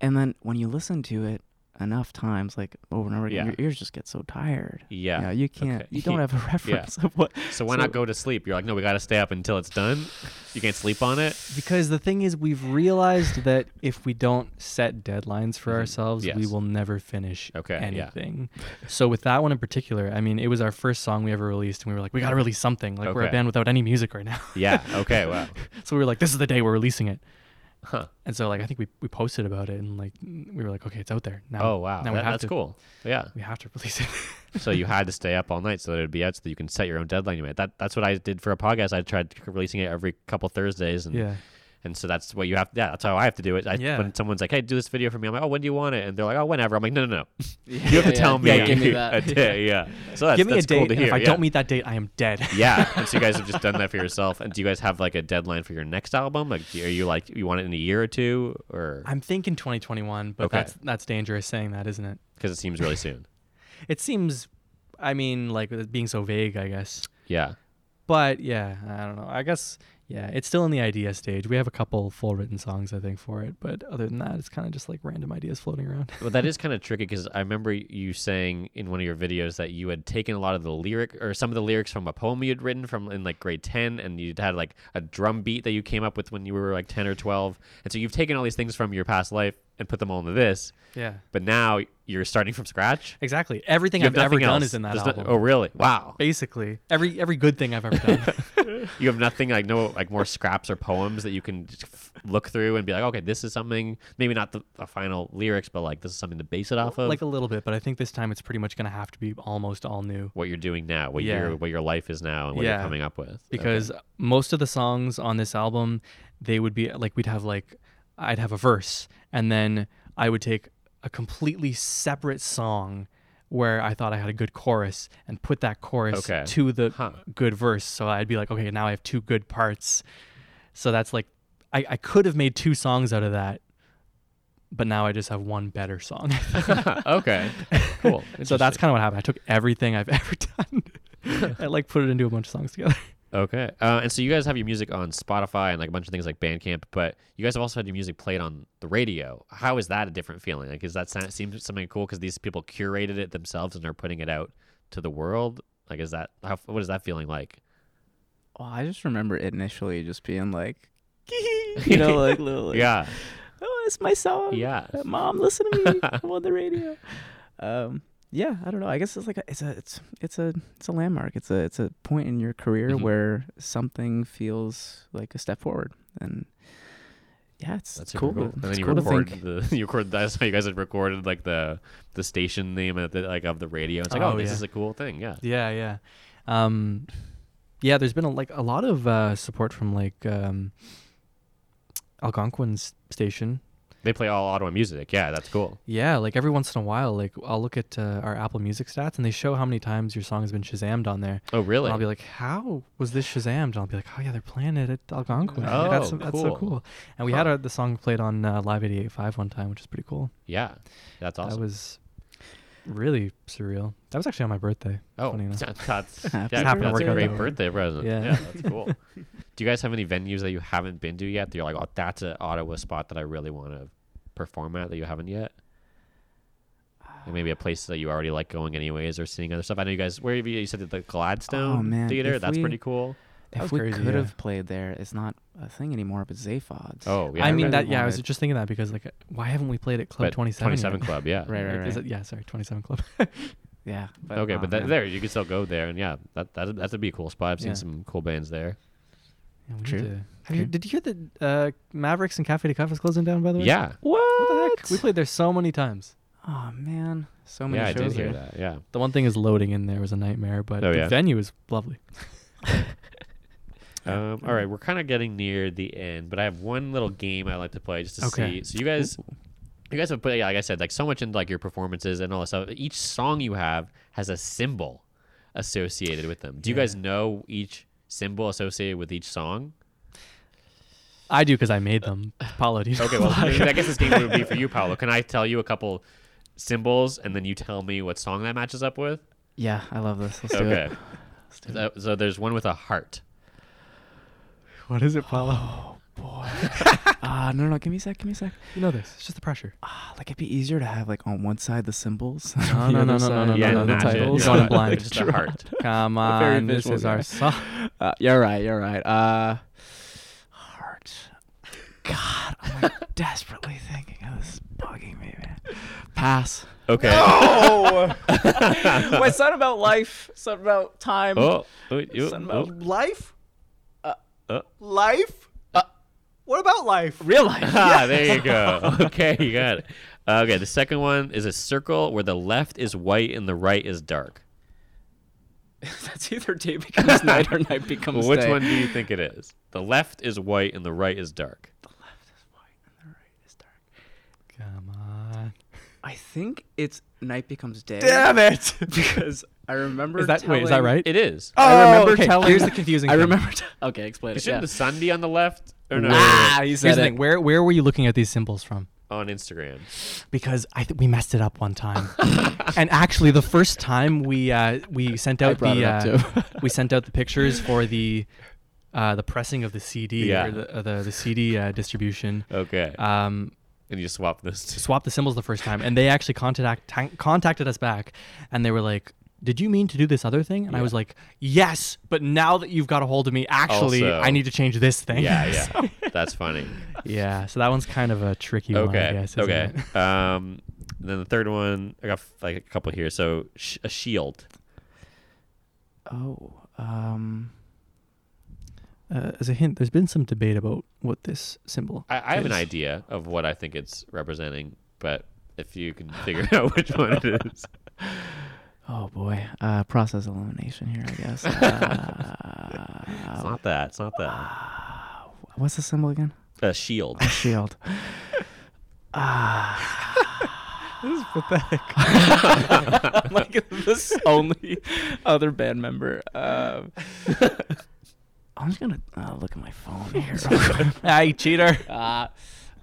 [SPEAKER 4] and then when you listen to it, enough times, like over and over again,
[SPEAKER 1] Yeah.
[SPEAKER 4] your ears just get so tired.
[SPEAKER 1] Yeah.
[SPEAKER 4] You, know, you can't.
[SPEAKER 1] Okay.
[SPEAKER 4] You don't
[SPEAKER 1] [LAUGHS]
[SPEAKER 4] have a [LAUGHS] reference of what.
[SPEAKER 1] So why
[SPEAKER 4] so-
[SPEAKER 1] not go to sleep? You're like, no, we got to stay up until it's done. You can't sleep on it.
[SPEAKER 3] Because the thing is, we've realized that if we don't set deadlines for
[SPEAKER 1] Mhm.
[SPEAKER 3] ourselves, we
[SPEAKER 1] Yes.
[SPEAKER 3] will never finish
[SPEAKER 1] Okay,
[SPEAKER 3] [LAUGHS]
[SPEAKER 1] yeah.
[SPEAKER 3] anything. So with that one in particular, I mean, it was our first song we ever released, and we were like, we gotta release something. Like we're a
[SPEAKER 1] Okay.
[SPEAKER 3] band without any music right now. [LAUGHS]
[SPEAKER 1] Yeah. Okay. Wow.
[SPEAKER 3] so we were like, this is the day we're releasing it.
[SPEAKER 1] Huh.
[SPEAKER 3] And so like I think we, we posted about it, and like we were like, okay, it's out there now.
[SPEAKER 1] Oh wow.
[SPEAKER 3] Now we
[SPEAKER 1] That-
[SPEAKER 3] have
[SPEAKER 1] that's
[SPEAKER 3] to-
[SPEAKER 1] cool. Yeah.
[SPEAKER 3] We have to [LAUGHS] release it.
[SPEAKER 1] So you had to stay up all night so that it would be out so that you can set your own deadline. You made. That that's what I did for a podcast. I tried releasing it every couple Thursdays and
[SPEAKER 3] yeah.
[SPEAKER 1] and so that's what you have. Yeah. That's how I have to do it. I,
[SPEAKER 3] Yeah.
[SPEAKER 1] When someone's like, hey, do this video for me, I'm like, oh, when do you want it? And they're like, oh, whenever. I'm like, no, no,
[SPEAKER 3] [LAUGHS]
[SPEAKER 1] no.
[SPEAKER 4] You
[SPEAKER 1] You have to tell me.
[SPEAKER 4] Yeah, give
[SPEAKER 1] [LAUGHS]
[SPEAKER 4] me
[SPEAKER 1] a
[SPEAKER 4] that.
[SPEAKER 1] day. Yeah. So that's,
[SPEAKER 3] Give me a
[SPEAKER 1] that's
[SPEAKER 3] date,
[SPEAKER 1] cool to
[SPEAKER 3] and
[SPEAKER 1] hear.
[SPEAKER 3] if I
[SPEAKER 1] yeah.
[SPEAKER 3] don't meet that date, I am dead.
[SPEAKER 1] yeah, and so you guys have just done that for yourself. And do you guys have like a deadline for your next album? Like, do- are you like you want it in a year or two, or
[SPEAKER 3] [LAUGHS] I'm thinking 2021, but
[SPEAKER 1] Okay.
[SPEAKER 3] that's that's dangerous saying that, isn't it?
[SPEAKER 1] because it seems really soon?
[SPEAKER 3] It seems, I mean, like with it being so vague, I guess.
[SPEAKER 1] Yeah,
[SPEAKER 3] But yeah, I don't know. I guess yeah, it's still in the idea stage. We have a couple full written songs, I think, for it. But other than that, it's kind of just like random ideas floating around. [LAUGHS]
[SPEAKER 1] well, that is kind of tricky because I remember you saying in one of your videos that you had taken a lot of the lyric or some of the lyrics from a poem you'd written from in like grade ten, and you had like a drum beat that you came up with when you were like ten or twelve, and so you've taken all these things from your past life and put them all into this,
[SPEAKER 3] Yeah,
[SPEAKER 1] but now you're starting from scratch.
[SPEAKER 3] exactly. Everything
[SPEAKER 1] You have
[SPEAKER 3] I've ever
[SPEAKER 1] nothing
[SPEAKER 3] done
[SPEAKER 1] else.
[SPEAKER 3] is in that
[SPEAKER 1] There's no-
[SPEAKER 3] album.
[SPEAKER 1] oh, really? Wow.
[SPEAKER 3] Basically, every every good thing I've ever
[SPEAKER 1] [LAUGHS]
[SPEAKER 3] done.
[SPEAKER 1] You have nothing like no like more scraps or poems that you can just f- look through and be like, okay, this is something. Maybe not the, the final lyrics, but like this is something to base it off of.
[SPEAKER 3] like a little bit, but I think this time it's pretty much gonna have to be almost all new.
[SPEAKER 1] what you're doing now, what
[SPEAKER 3] Yeah.
[SPEAKER 1] your what your life is now, and what you're
[SPEAKER 3] Yeah.
[SPEAKER 1] coming up with.
[SPEAKER 3] because most of the songs on this album they would be like we'd have like I'd have a verse and then I would take a completely separate song where I thought I had a good chorus and put that chorus
[SPEAKER 1] Okay.
[SPEAKER 3] to the
[SPEAKER 1] Huh.
[SPEAKER 3] good verse so I'd be like okay now I have two good parts so that's like I, I could have made two songs out of that but now I just have one better song [LAUGHS]
[SPEAKER 1] Okay, [LAUGHS] okay. cool.
[SPEAKER 3] so that's
[SPEAKER 1] Interesting.
[SPEAKER 3] kind of what happened I took everything I've [LAUGHS] ever
[SPEAKER 1] [LAUGHS]
[SPEAKER 3] done I like put it into a bunch of songs together
[SPEAKER 1] Okay. Uh, and so you guys have your music on Spotify and like a bunch of things like Bandcamp, but you guys have also had your music played on the radio. How is that a different feeling? Like, is that sound, seems something cool because these people curated it themselves and are putting it out to the world? Like, is that how? What is that feeling like?
[SPEAKER 4] Well, I just remember it initially just being like, [LAUGHS] you know, like little, like,
[SPEAKER 1] yeah,
[SPEAKER 4] oh, it's my song.
[SPEAKER 1] yeah.
[SPEAKER 4] Uh, Mom, listen to me.
[SPEAKER 1] [LAUGHS]
[SPEAKER 4] I'm on the radio. Um, yeah, I don't know. I guess it's like a, it's a it's it's a it's a landmark. It's a it's a point in your career
[SPEAKER 1] Mhm.
[SPEAKER 4] where something feels like a step forward, and yeah, it's
[SPEAKER 1] That's
[SPEAKER 4] cool.
[SPEAKER 1] super cool.
[SPEAKER 4] to-
[SPEAKER 1] And then
[SPEAKER 4] it's
[SPEAKER 1] you
[SPEAKER 4] cool to
[SPEAKER 1] record
[SPEAKER 4] think.
[SPEAKER 1] the [LAUGHS] you record. I saw you guys had recorded like the the station name of the, like of the radio. It's like, oh,
[SPEAKER 3] Oh,
[SPEAKER 1] this
[SPEAKER 3] yeah.
[SPEAKER 1] is a cool thing. Yeah.
[SPEAKER 3] Yeah, yeah. Um yeah, there's been a, like a lot of uh support from like um Algonquin's station.
[SPEAKER 1] They play all Ottawa music. Yeah, that's cool.
[SPEAKER 3] Yeah, like every once in a while, like I'll look at uh, our Apple Music stats and they show how many times your song has been Shazammed on there.
[SPEAKER 1] Oh, really?
[SPEAKER 3] And I'll be like, "How was this Shazammed?" And I'll be like, "Oh yeah, they're playing it at Algonquin.
[SPEAKER 1] Oh,
[SPEAKER 3] that's that's so
[SPEAKER 1] cool.
[SPEAKER 3] cool." And we
[SPEAKER 1] Huh.
[SPEAKER 3] had our, the song played on uh, Live 88.5 one time, which is pretty cool.
[SPEAKER 1] yeah, that's awesome.
[SPEAKER 3] That was really surreal. That was actually on my birthday.
[SPEAKER 1] Oh, [LAUGHS]
[SPEAKER 3] funny enough.
[SPEAKER 1] that's,
[SPEAKER 4] [LAUGHS]
[SPEAKER 1] that's, yeah,
[SPEAKER 4] Happy
[SPEAKER 1] that's
[SPEAKER 3] birthday.
[SPEAKER 1] a
[SPEAKER 3] Happened to work
[SPEAKER 1] great
[SPEAKER 3] out.
[SPEAKER 1] birthday present. Yeah.
[SPEAKER 3] Yeah.
[SPEAKER 1] that's cool. Do you guys have any venues that you haven't been to yet? That you're like, oh, that's an Ottawa spot that I really want to perform at that you haven't yet. Or maybe a place that you already like going anyways, or seeing other stuff. I know you guys. Where have you? You said that the Gladstone
[SPEAKER 4] man,
[SPEAKER 1] Theater.
[SPEAKER 4] if
[SPEAKER 1] That's
[SPEAKER 4] we-
[SPEAKER 1] pretty cool.
[SPEAKER 3] That
[SPEAKER 4] if
[SPEAKER 3] was
[SPEAKER 4] we
[SPEAKER 3] crazy,
[SPEAKER 4] could
[SPEAKER 3] yeah.
[SPEAKER 4] have played there, it's not a thing anymore. But Zaphod's.
[SPEAKER 1] Oh, yeah.
[SPEAKER 3] I
[SPEAKER 4] I
[SPEAKER 3] mean
[SPEAKER 4] really
[SPEAKER 3] that. Yeah, I was
[SPEAKER 4] wanted-
[SPEAKER 3] just thinking that because like, why haven't we played at Club
[SPEAKER 1] But
[SPEAKER 3] 27? yet?
[SPEAKER 1] 27 Club,
[SPEAKER 3] [LAUGHS]
[SPEAKER 1] yeah.
[SPEAKER 4] right, right,
[SPEAKER 3] Like, is
[SPEAKER 4] right.
[SPEAKER 3] it- yeah, sorry, 27 Club.
[SPEAKER 4] yeah.
[SPEAKER 1] okay,
[SPEAKER 4] oh,
[SPEAKER 1] but that,
[SPEAKER 4] man.
[SPEAKER 1] there you can still go there, and yeah, that that that'd be a cool spot. I've seen
[SPEAKER 3] Yeah.
[SPEAKER 1] some cool bands there.
[SPEAKER 3] Yeah, we need
[SPEAKER 4] True.
[SPEAKER 3] to- have you,
[SPEAKER 4] True.
[SPEAKER 3] did you hear that uh, Mavericks and Cafe de Cuff is closing down, by the way?
[SPEAKER 1] Yeah,
[SPEAKER 3] What the heck? We played there so many times.
[SPEAKER 4] Oh man, so many
[SPEAKER 1] yeah, I did
[SPEAKER 4] shows
[SPEAKER 1] hear
[SPEAKER 4] there.
[SPEAKER 1] that. Yeah,
[SPEAKER 3] The one thing is loading in there was a nightmare, but
[SPEAKER 1] Oh,
[SPEAKER 3] the
[SPEAKER 1] yeah.
[SPEAKER 3] venue is lovely.
[SPEAKER 1] Um, all right, we're kind of getting near the end, but I have one little game I like to play just to
[SPEAKER 3] Okay.
[SPEAKER 1] see. So you guys, you guys have put, yeah, like I said, like so much into like your performances and all that stuff. Each song you have has a symbol associated with them. Do you guys know each symbol associated with each song?
[SPEAKER 3] I do because I made them. Paulo, do
[SPEAKER 1] [LAUGHS]
[SPEAKER 3] you
[SPEAKER 1] Okay,
[SPEAKER 3] know
[SPEAKER 4] [LAUGHS]
[SPEAKER 1] well,
[SPEAKER 3] why?
[SPEAKER 1] I
[SPEAKER 3] [LAUGHS]
[SPEAKER 1] guess this game would be for you, Paolo. Can I tell you a couple symbols and then you tell me what song that matches up with?
[SPEAKER 4] Yeah, I love this. Let's do
[SPEAKER 1] Okay.
[SPEAKER 4] it. Let's do it.
[SPEAKER 1] So, so there's one with a heart. [LAUGHS]
[SPEAKER 3] what is it, Paulo?
[SPEAKER 4] Ah, no, no, no, give me a sec, give me a sec.
[SPEAKER 3] You know this. It's just the pressure.
[SPEAKER 4] Ah, like it'd be easier to have like on one side the symbols. [LAUGHS] and
[SPEAKER 3] No,
[SPEAKER 4] on
[SPEAKER 3] no,
[SPEAKER 4] the
[SPEAKER 3] no,
[SPEAKER 4] other
[SPEAKER 3] no, no, no,
[SPEAKER 4] side,
[SPEAKER 3] no,
[SPEAKER 4] uh,
[SPEAKER 1] yeah,
[SPEAKER 3] no,
[SPEAKER 4] the
[SPEAKER 3] no,
[SPEAKER 1] not
[SPEAKER 3] You're
[SPEAKER 4] titles.
[SPEAKER 1] just-
[SPEAKER 4] [LAUGHS]
[SPEAKER 3] going
[SPEAKER 1] yeah,
[SPEAKER 3] blind.
[SPEAKER 1] Just a heart.
[SPEAKER 3] Come
[SPEAKER 4] A very
[SPEAKER 3] on, this
[SPEAKER 4] visual
[SPEAKER 3] is our
[SPEAKER 4] guy.
[SPEAKER 3] song.
[SPEAKER 4] Uh, you're right. You're right. Uh, heart. God, I'm like [LAUGHS] desperately thinking. Oh, this is bugging me, man. Pass.
[SPEAKER 1] Okay.
[SPEAKER 4] [LAUGHS] Oh, my son about life. Son about time.
[SPEAKER 1] Oh, oh, you-
[SPEAKER 4] Son
[SPEAKER 1] oh,
[SPEAKER 4] of a-
[SPEAKER 3] Life?
[SPEAKER 1] oh.
[SPEAKER 3] Life? what about life?
[SPEAKER 4] Real life.
[SPEAKER 1] Ah, there you go. Okay, you got it. Okay, the second one is a circle where the left is white and the right is dark.
[SPEAKER 4] That's either day becomes night or night becomes
[SPEAKER 1] Well, which
[SPEAKER 4] day.
[SPEAKER 1] one do you think it is? The left is white and the right is dark.
[SPEAKER 3] Come on.
[SPEAKER 4] I think it's night becomes day.
[SPEAKER 3] it.
[SPEAKER 4] [LAUGHS] Because I remember.
[SPEAKER 3] Is that wait? Is that
[SPEAKER 4] telling-
[SPEAKER 3] right? Oh,
[SPEAKER 1] It is.
[SPEAKER 4] I remember
[SPEAKER 3] okay.
[SPEAKER 4] telling.
[SPEAKER 3] Here's the confusing.
[SPEAKER 4] I
[SPEAKER 3] thing.
[SPEAKER 4] remember. T- okay, explain it.
[SPEAKER 1] Shouldn't
[SPEAKER 4] Yeah.
[SPEAKER 1] the sun be on the left? Or no?
[SPEAKER 4] Ah,
[SPEAKER 3] [LAUGHS]
[SPEAKER 4] you
[SPEAKER 3] Here's
[SPEAKER 4] said
[SPEAKER 3] the
[SPEAKER 4] it.
[SPEAKER 3] thing. Where where were you looking at these symbols from?
[SPEAKER 1] On Instagram.
[SPEAKER 3] Because I th- we messed it up
[SPEAKER 1] [LAUGHS]
[SPEAKER 3] one time, and actually the first time we uh, we sent
[SPEAKER 4] I
[SPEAKER 3] out
[SPEAKER 4] brought
[SPEAKER 3] the
[SPEAKER 4] it up,
[SPEAKER 3] uh,
[SPEAKER 4] too.
[SPEAKER 3] [LAUGHS]
[SPEAKER 4] [LAUGHS]
[SPEAKER 3] we sent out the pictures for the uh, the pressing of the CD
[SPEAKER 1] Yeah.
[SPEAKER 3] or the, uh, the the CD uh, distribution.
[SPEAKER 1] Okay.
[SPEAKER 3] Um,
[SPEAKER 1] and you swap those two.
[SPEAKER 3] swapped the symbols the first time, and they actually contact ta- contacted us back, and they were like, "Did you mean to do this other thing?" And I was like, "Yes, but now that you've got a hold of me, actually,
[SPEAKER 1] Also-
[SPEAKER 3] I need to change this thing." [LAUGHS]
[SPEAKER 1] Yeah, yeah. That's funny.
[SPEAKER 3] yeah. So that one's kind of a tricky one, I
[SPEAKER 1] Okay.
[SPEAKER 3] guess. isn't
[SPEAKER 1] okay.
[SPEAKER 3] it? [LAUGHS]
[SPEAKER 1] Um, then the third one, I got like a couple here. So sh- a shield.
[SPEAKER 4] Oh. Um.
[SPEAKER 3] Uh, as a hint, there's been some debate about what this symbol.
[SPEAKER 1] I, I have an idea of what I think it's representing, but if you can figure [LAUGHS] out which one
[SPEAKER 3] [LAUGHS]
[SPEAKER 1] it is.
[SPEAKER 4] Oh boy, uh, process elimination here, I [LAUGHS] guess.
[SPEAKER 1] It's
[SPEAKER 3] Oh.
[SPEAKER 4] Uh,
[SPEAKER 1] not that. It's not that.
[SPEAKER 4] what's the symbol again?
[SPEAKER 1] A shield.
[SPEAKER 4] [LAUGHS] Shield. Ah.
[SPEAKER 3] This is
[SPEAKER 1] [LAUGHS]
[SPEAKER 3] pathetic.
[SPEAKER 4] [LAUGHS] like this only other band member. Um, [LAUGHS] I'm just gonna uh, look at my [LAUGHS] phone here.
[SPEAKER 3] hey, cheater.
[SPEAKER 4] uh,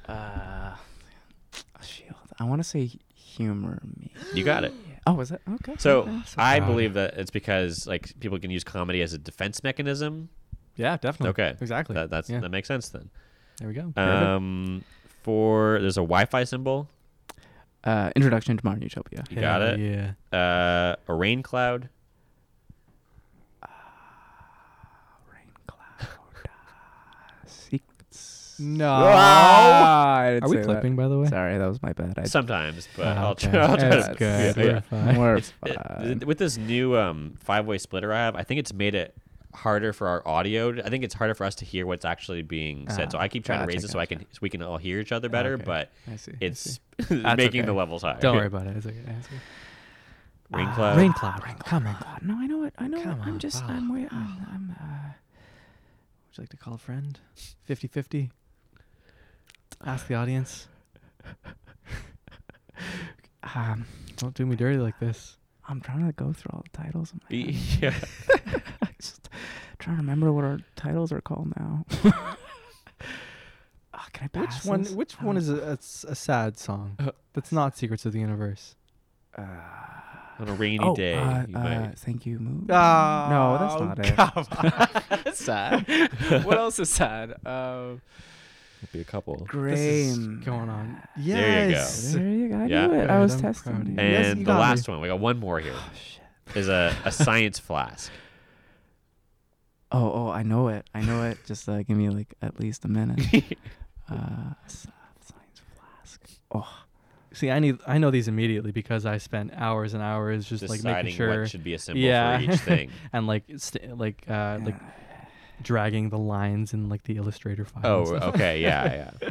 [SPEAKER 4] uh, shield. I want to say humor me.
[SPEAKER 1] You got
[SPEAKER 3] [GASPS]
[SPEAKER 1] it.
[SPEAKER 4] Oh, was it okay?
[SPEAKER 1] So I
[SPEAKER 3] proud.
[SPEAKER 1] believe that it's because like people can use comedy as a defense mechanism.
[SPEAKER 3] Yeah, definitely.
[SPEAKER 1] Okay,
[SPEAKER 3] Exactly.
[SPEAKER 1] That, that's
[SPEAKER 3] Yeah.
[SPEAKER 1] that makes sense then.
[SPEAKER 3] There we go.
[SPEAKER 1] Um, for there's a Wi-Fi symbol.
[SPEAKER 4] uh, introduction to modern utopia.
[SPEAKER 1] You got
[SPEAKER 3] Hell
[SPEAKER 1] it.
[SPEAKER 3] Yeah.
[SPEAKER 1] Uh, a rain cloud.
[SPEAKER 4] Ah,
[SPEAKER 3] [LAUGHS]
[SPEAKER 4] Rain cloud. uh, Secrets.
[SPEAKER 3] No.
[SPEAKER 4] Ah, I didn't
[SPEAKER 3] Are we
[SPEAKER 4] say that.
[SPEAKER 3] clipping, by the way?
[SPEAKER 4] Sorry, that was my bad. I
[SPEAKER 1] Sometimes, but
[SPEAKER 3] Ah,
[SPEAKER 1] I'll
[SPEAKER 3] okay. [LAUGHS]
[SPEAKER 1] try. I'll try.
[SPEAKER 3] That's
[SPEAKER 1] to-
[SPEAKER 3] good.
[SPEAKER 1] yeah, yeah.
[SPEAKER 3] We're fine.
[SPEAKER 4] We're
[SPEAKER 1] It's- it-
[SPEAKER 4] fine.
[SPEAKER 1] th- with this new um, five-way splitter I have, I think it's made it harder for our audio. to- I think it's harder for us to hear what's actually being said. So
[SPEAKER 4] Ah,
[SPEAKER 1] I keep trying to
[SPEAKER 4] gotcha,
[SPEAKER 1] raise it so I
[SPEAKER 4] gotcha.
[SPEAKER 1] can so we can all hear each other better,
[SPEAKER 4] Okay.
[SPEAKER 1] but
[SPEAKER 4] I see.
[SPEAKER 1] [LAUGHS] it's making the
[SPEAKER 4] okay.
[SPEAKER 1] levels higher.
[SPEAKER 3] Don't worry about it. It's okay. It's okay. Ah,
[SPEAKER 1] Rain cloud.
[SPEAKER 3] Rain cloud. Come on.
[SPEAKER 4] God, no, I know it. I know
[SPEAKER 3] Come
[SPEAKER 4] it. I'm
[SPEAKER 3] on,
[SPEAKER 4] just.
[SPEAKER 3] Bob.
[SPEAKER 4] I'm. Way, I'm. I'm uh,
[SPEAKER 3] Would you like to call a friend? 50 50. Ask the audience.
[SPEAKER 4] um,
[SPEAKER 3] Don't do me dirty like this.
[SPEAKER 4] I'm trying to go through all the titles. in my
[SPEAKER 1] [LAUGHS] Be-
[SPEAKER 4] head.
[SPEAKER 1] yeah.
[SPEAKER 4] I'm just trying to remember what our titles are called
[SPEAKER 3] [LAUGHS]
[SPEAKER 4] now. [LAUGHS] Ah, can I pass
[SPEAKER 3] Which one?
[SPEAKER 4] this?
[SPEAKER 3] Which
[SPEAKER 4] I
[SPEAKER 3] one
[SPEAKER 4] don't
[SPEAKER 3] is a, a s- a sad song
[SPEAKER 1] Uh,
[SPEAKER 3] that's not "Secrets of the Universe"?
[SPEAKER 4] know.
[SPEAKER 1] on a rainy
[SPEAKER 4] Uh, oh,
[SPEAKER 1] day.
[SPEAKER 4] Uh,
[SPEAKER 1] you
[SPEAKER 4] uh,
[SPEAKER 1] might.
[SPEAKER 4] thank you. Moon.
[SPEAKER 3] Oh,
[SPEAKER 4] no, that's not it.
[SPEAKER 1] [LAUGHS]
[SPEAKER 4] that's sad. [LAUGHS] what else is sad? Um,
[SPEAKER 1] Be a couple.
[SPEAKER 4] Graham.
[SPEAKER 3] going on. Yes.
[SPEAKER 1] There you go.
[SPEAKER 4] There you go. I
[SPEAKER 1] Yeah.
[SPEAKER 4] knew it.
[SPEAKER 3] Good,
[SPEAKER 4] I was
[SPEAKER 3] I'm proud of
[SPEAKER 4] testing.
[SPEAKER 3] you.
[SPEAKER 4] you.
[SPEAKER 3] Yes,
[SPEAKER 1] And
[SPEAKER 3] you
[SPEAKER 1] the
[SPEAKER 3] got me. Oh,
[SPEAKER 1] last one, we got one more here. Is a, a science
[SPEAKER 3] [LAUGHS]
[SPEAKER 1] flask.
[SPEAKER 4] Oh, oh, I know it. I know it. Just uh, give me like at least
[SPEAKER 1] [LAUGHS]
[SPEAKER 4] a minute. uh, s- science flask. Oh,
[SPEAKER 3] See, I need. I know these immediately because I spent hours and hours just like
[SPEAKER 1] Deciding
[SPEAKER 3] making sure
[SPEAKER 1] what should be a symbol
[SPEAKER 3] Yeah.
[SPEAKER 1] for each thing.
[SPEAKER 3] and like st- like uh, like dragging the lines in like the Illustrator file. and
[SPEAKER 1] oh,
[SPEAKER 3] [LAUGHS] stuff.
[SPEAKER 1] okay, yeah, yeah.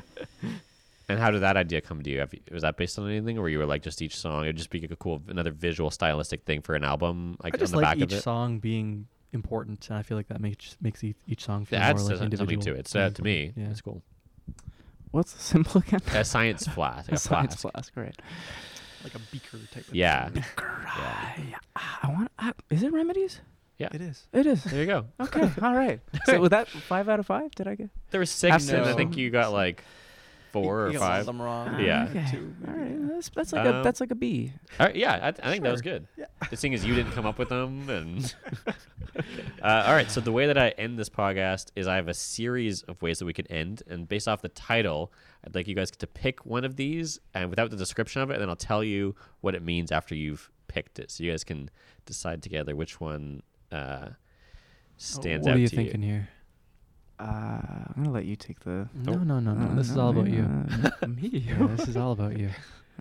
[SPEAKER 1] And how did that idea come to you? Have you? Was that based on anything, or you were like just each song? It'd just be a cool another visual stylistic thing for an album, like
[SPEAKER 3] I just
[SPEAKER 1] on the
[SPEAKER 3] like
[SPEAKER 1] back
[SPEAKER 3] each
[SPEAKER 1] of it.
[SPEAKER 3] song being important, and I feel like that makes makes each, each song
[SPEAKER 1] It
[SPEAKER 3] feel
[SPEAKER 1] adds
[SPEAKER 3] more like
[SPEAKER 1] something- something
[SPEAKER 3] individual.
[SPEAKER 1] to it. It's uh, to me.
[SPEAKER 3] Yeah.
[SPEAKER 1] It's
[SPEAKER 3] [LAUGHS]
[SPEAKER 1] cool.
[SPEAKER 4] what's the symbol again?
[SPEAKER 1] A science flask. A
[SPEAKER 4] science
[SPEAKER 1] flask.
[SPEAKER 4] flask. Right.
[SPEAKER 3] like a beaker type.
[SPEAKER 1] Yeah.
[SPEAKER 4] Yeah. I want. I, is it remedies?
[SPEAKER 3] [LAUGHS] It is.
[SPEAKER 4] It is.
[SPEAKER 1] There you go. [LAUGHS]
[SPEAKER 4] Okay. All right. So was that five out of five? Did I get?
[SPEAKER 1] There were six, and I
[SPEAKER 4] Absolutely.
[SPEAKER 1] think you got like four or
[SPEAKER 5] You got all of
[SPEAKER 1] five.
[SPEAKER 5] them wrong.
[SPEAKER 1] Yeah.
[SPEAKER 4] Okay.
[SPEAKER 5] Two,
[SPEAKER 4] All
[SPEAKER 5] maybe.
[SPEAKER 4] right. That's that's like
[SPEAKER 1] Um,
[SPEAKER 4] a that's like a B.
[SPEAKER 1] All right, yeah, I, I think that was good. The thing is, you didn't come up with them,
[SPEAKER 3] [LAUGHS]
[SPEAKER 1] and uh, all right. So the way that I end this podcast is I have a series of ways that we could end, and based off the title, I'd like you guys to pick one of these, and without the description of it, and then I'll tell you what it means after you've picked it, so you guys can decide together which one uh, stands
[SPEAKER 3] what
[SPEAKER 1] out
[SPEAKER 3] are you
[SPEAKER 1] to
[SPEAKER 3] thinking here?
[SPEAKER 4] Uh, I'm gonna let you take the.
[SPEAKER 3] No, no, no, no.
[SPEAKER 4] Uh,
[SPEAKER 3] This is all
[SPEAKER 4] no,
[SPEAKER 3] about [LAUGHS] you.
[SPEAKER 4] [LAUGHS] no, no.
[SPEAKER 3] Me? Yeah, this is all about you.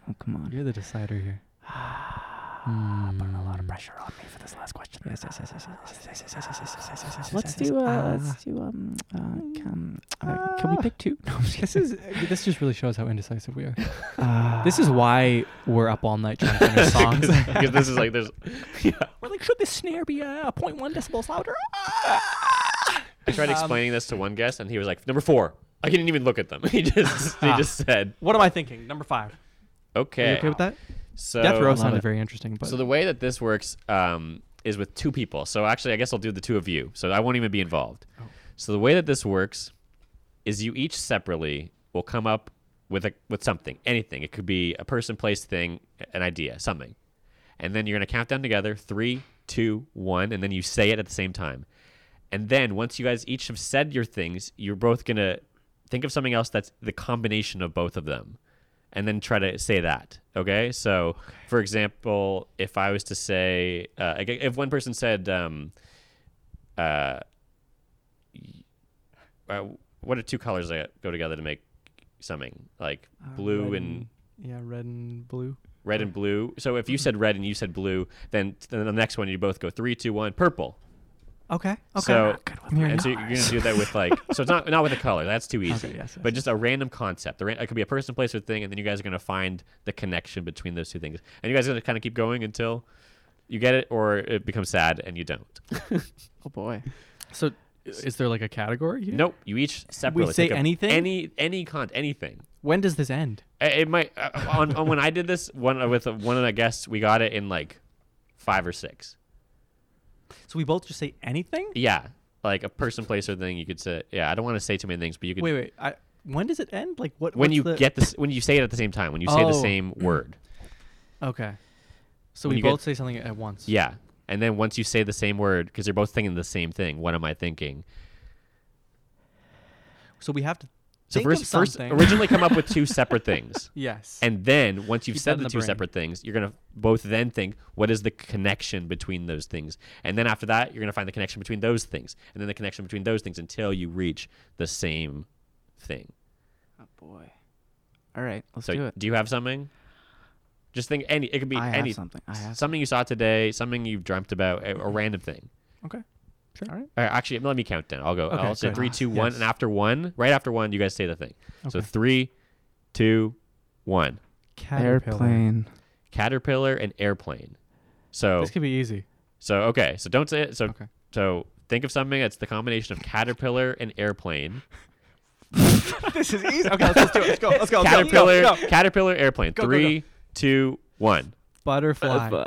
[SPEAKER 4] Oh, come on.
[SPEAKER 3] You're the decider [SIGHS] here. Hmm.
[SPEAKER 4] Putting a lot of pressure on me for this last question. Yes, yes, yes, yes, yes, yes, yes, yes, yes, yes, yes, yes, yes, yes. Let's do. Uh, let's do. Um. Uh, can, uh, can we pick two? [LAUGHS] No, I'm just
[SPEAKER 3] This
[SPEAKER 4] kidding.
[SPEAKER 3] is [LAUGHS] this just really shows how indecisive we are.
[SPEAKER 4] Uh,
[SPEAKER 3] This is why we're up all night trying to [LAUGHS]
[SPEAKER 1] [LAUGHS]
[SPEAKER 3] finish songs.
[SPEAKER 1] because this is like [LAUGHS] there's
[SPEAKER 4] We're like, should this snare be uh, 0.1 decibels louder?
[SPEAKER 1] I tried explaining this to one guest, and he was like, "Number four. I didn't even look at them. [LAUGHS] he just he
[SPEAKER 3] Ah.
[SPEAKER 1] just said,
[SPEAKER 3] what am I thinking? Number five.
[SPEAKER 1] "Okay,
[SPEAKER 3] okay with that?
[SPEAKER 1] So
[SPEAKER 3] Death row
[SPEAKER 4] love
[SPEAKER 3] sounded
[SPEAKER 4] it.
[SPEAKER 3] very interesting, but
[SPEAKER 1] So the way that this works um, is with two people. So actually, I guess I'll do the two of you. So I won't even be involved. So the way that this works is you each separately will come up with a with something, anything. It could be a person, place, thing, an idea, something, and then you're gonna count down together three, two, one, and then you say it at the same time. And then once you guys each have said your things, you're both gonna think of something else that's the combination of both of them and then try to say that. Okay. So, for example, if I was to say, uh, like, if one person said, um, uh, y- uh, what are two colors that go together to make something like blue Uh, and,
[SPEAKER 3] yeah, red Uh, and blue.
[SPEAKER 1] red and blue? So, if you said red and you said blue, then, then the next one you both go three, two, one, purple.
[SPEAKER 3] Okay. Okay.
[SPEAKER 1] So,
[SPEAKER 4] your
[SPEAKER 1] and so you're gonna do that with like, so it's not not with a color. That's too easy.
[SPEAKER 3] yes, yes,
[SPEAKER 1] but just a random concept. The ran- it could be a person, place, or thing, and then you guys are gonna find the connection between those two things. And you guys are gonna kind of keep going until you get it, or it becomes sad and you don't.
[SPEAKER 4] Oh boy.
[SPEAKER 3] so is there like a category? Here?
[SPEAKER 1] Nope. You each separately
[SPEAKER 3] say
[SPEAKER 1] think of
[SPEAKER 3] anything?
[SPEAKER 1] any any con anything.
[SPEAKER 3] When does this end?
[SPEAKER 1] I- It might uh, on, on when I did this one uh, with one of the guests, we got it in like five or six.
[SPEAKER 3] So we both just say anything?
[SPEAKER 1] Yeah, like a person, place, or thing. You could say. Yeah, I don't want to say too many things, but you could.
[SPEAKER 3] Wait, wait. I, when does it end? Like what?
[SPEAKER 1] when
[SPEAKER 3] what's
[SPEAKER 1] you
[SPEAKER 3] the-
[SPEAKER 1] get this, when you say it at the same time, when you say the
[SPEAKER 3] Oh.
[SPEAKER 1] same word.
[SPEAKER 3] okay. So
[SPEAKER 1] when
[SPEAKER 3] we
[SPEAKER 1] you get-
[SPEAKER 3] both say something at once.
[SPEAKER 1] Yeah. And then once you say the same word, because they're both thinking the same thing, what am I thinking?
[SPEAKER 3] So we have to.
[SPEAKER 1] So
[SPEAKER 3] think
[SPEAKER 1] first,
[SPEAKER 3] of
[SPEAKER 1] first
[SPEAKER 3] something.
[SPEAKER 1] originally come up with two separate things.
[SPEAKER 3] Yes.
[SPEAKER 1] And then once you've
[SPEAKER 3] Keep that
[SPEAKER 1] said
[SPEAKER 3] in
[SPEAKER 1] the,
[SPEAKER 3] the
[SPEAKER 1] two
[SPEAKER 3] brain.
[SPEAKER 1] separate things, you're going to both then think, what is the connection between those things? And then after that, you're going to find the connection between those things. And then the connection between those things until you reach the same thing.
[SPEAKER 4] Oh boy. All right. Let's
[SPEAKER 1] So
[SPEAKER 4] do it.
[SPEAKER 1] do you have something? Just think any, it could be
[SPEAKER 4] I
[SPEAKER 1] any,
[SPEAKER 4] have something. I have.
[SPEAKER 1] something you saw today, something you've dreamt about, a, a random thing.
[SPEAKER 3] okay.
[SPEAKER 1] All right, actually, let me count down. I'll go.
[SPEAKER 3] Okay,
[SPEAKER 1] I'll say
[SPEAKER 3] good.
[SPEAKER 1] three, two, one,
[SPEAKER 3] Yes.
[SPEAKER 1] and after one, right after one, you guys say the thing. So
[SPEAKER 3] Okay.
[SPEAKER 1] three, two, one.
[SPEAKER 4] Airplane.
[SPEAKER 1] Caterpillar and airplane. So
[SPEAKER 3] This could be easy.
[SPEAKER 1] so okay. So don't say it. So
[SPEAKER 3] Okay.
[SPEAKER 1] so think of something that's the combination of caterpillar and
[SPEAKER 3] [LAUGHS]
[SPEAKER 1] airplane.
[SPEAKER 3] this is easy. Okay, let's, let's do it. Let's go. Let's go.
[SPEAKER 1] caterpillar, caterpillar, airplane.
[SPEAKER 3] go, go.
[SPEAKER 1] Three, two, one.
[SPEAKER 3] Butterfly.
[SPEAKER 4] No,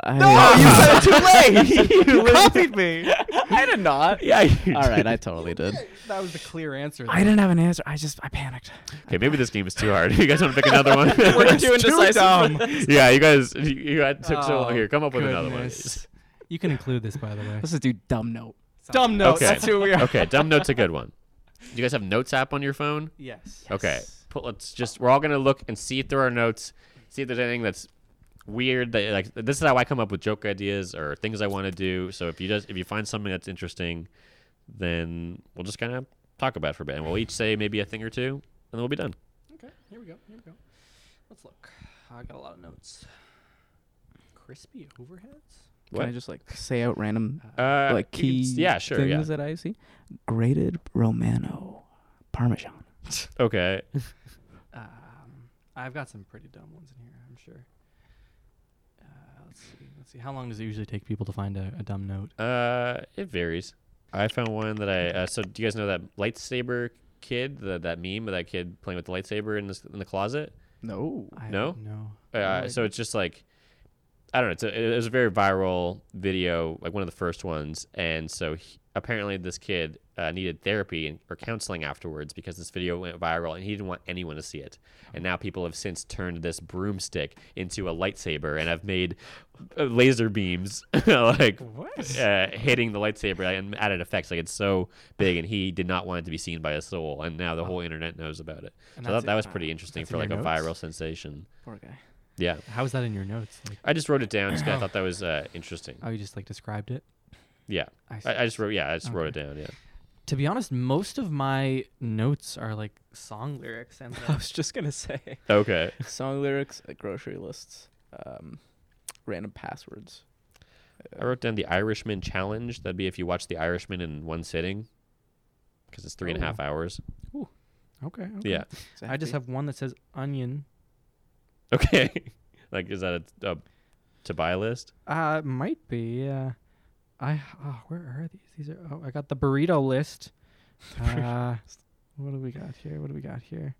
[SPEAKER 4] you said it [LAUGHS] too late. you copied
[SPEAKER 3] me.
[SPEAKER 4] [LAUGHS] I did not.
[SPEAKER 1] Yeah. you
[SPEAKER 4] All right,
[SPEAKER 1] did.
[SPEAKER 4] I totally did.
[SPEAKER 3] That was the clear answer.
[SPEAKER 4] I didn't have an answer. I just I panicked.
[SPEAKER 1] okay. Maybe this game is too hard. [LAUGHS] You guys want to pick another
[SPEAKER 3] [LAUGHS]
[SPEAKER 1] one? [LAUGHS]
[SPEAKER 4] too indecisive.
[SPEAKER 1] yeah. You guys. You, you had took so
[SPEAKER 3] Oh,
[SPEAKER 1] long. Here, come up with another one.
[SPEAKER 3] goodness. You can include this, by the way.
[SPEAKER 4] [LAUGHS] Let's just do dumb note.
[SPEAKER 3] [LAUGHS] Dumb notes.
[SPEAKER 1] Okay.
[SPEAKER 3] That's who we are.
[SPEAKER 1] Okay. Dumb note's a good one. Do you guys have notes app on your phone?
[SPEAKER 3] Yes.
[SPEAKER 1] Okay.
[SPEAKER 4] Yes.
[SPEAKER 1] Put, let's just we're all gonna look and see through our notes, see if there's anything that's weird that like this is how I come up with joke ideas or things I want to do. So if you just if you find something that's interesting, then we'll just kind of talk about it for a bit, and we'll each say maybe a thing or two, and then we'll be done.
[SPEAKER 3] Okay. Here we go. Here we go. Let's look. I got a lot of notes. Crispy overheads.
[SPEAKER 4] Can I
[SPEAKER 1] What?
[SPEAKER 4] just like say out random
[SPEAKER 1] Uh,
[SPEAKER 4] like
[SPEAKER 1] you can
[SPEAKER 4] key
[SPEAKER 1] s- yeah, sure,
[SPEAKER 4] things
[SPEAKER 1] yeah.
[SPEAKER 4] that I see? Grated Romano, Parmesan.
[SPEAKER 1] Okay.
[SPEAKER 3] Um, I've got some pretty dumb ones in here. I'm sure. Uh, let's see. Let's see. How long does it usually take people to find a, a dumb note?
[SPEAKER 1] Uh, it varies. I found one that I uh, so do you guys know that lightsaber kid the, that meme of that kid playing with the lightsaber in the, in the closet?
[SPEAKER 4] No.
[SPEAKER 3] I
[SPEAKER 1] No?
[SPEAKER 3] No.
[SPEAKER 1] Uh, so it's just like I don't know. It's a, it was a very viral video, like one of the first ones, and so he, apparently this kid uh, needed therapy and, or counseling afterwards because this video went viral, and he didn't want anyone to see it. And now people have since turned this broomstick into a lightsaber, and have made uh, laser beams [LAUGHS] like
[SPEAKER 3] What?
[SPEAKER 1] uh, hitting the lightsaber and added effects. Like it's so big, and he did not want it to be seen by a soul, and now the whole internet knows about it.
[SPEAKER 3] And
[SPEAKER 1] so
[SPEAKER 3] that's
[SPEAKER 1] that, that
[SPEAKER 3] it.
[SPEAKER 1] was pretty interesting
[SPEAKER 3] That's
[SPEAKER 1] for
[SPEAKER 3] in
[SPEAKER 1] like a
[SPEAKER 3] your notes?
[SPEAKER 1] viral sensation.
[SPEAKER 4] Ah, Poor guy.
[SPEAKER 1] Yeah.
[SPEAKER 3] How is that in your notes? Like,
[SPEAKER 1] I just wrote it down. Just 'cause I
[SPEAKER 4] [CLEARS THROAT]
[SPEAKER 1] thought that was uh, interesting.
[SPEAKER 3] oh, you just like described it.
[SPEAKER 1] Yeah,
[SPEAKER 4] I
[SPEAKER 1] I, I just wrote. Yeah, I just wrote it down. Yeah,
[SPEAKER 3] To be honest, most of my notes are like song lyrics and
[SPEAKER 4] [LAUGHS] I was just gonna say
[SPEAKER 1] okay.
[SPEAKER 4] song lyrics, uh, grocery lists, um, random passwords.
[SPEAKER 1] I wrote down the Irishman challenge. That'd be if you watch the Irishman in one sitting, because it's three and a
[SPEAKER 3] Oh.
[SPEAKER 1] half hours.
[SPEAKER 3] [LAUGHS] okay,
[SPEAKER 1] Yeah. [LAUGHS]
[SPEAKER 4] Is that
[SPEAKER 3] I just
[SPEAKER 4] heavy?
[SPEAKER 3] have one that says onion.
[SPEAKER 1] Okay. like, is that a, a to buy list?
[SPEAKER 3] Uh, it might be. Yeah. I oh, where are these? These are. Oh, I got the burrito [LAUGHS] list. Uh, what do we got here? What do we got here?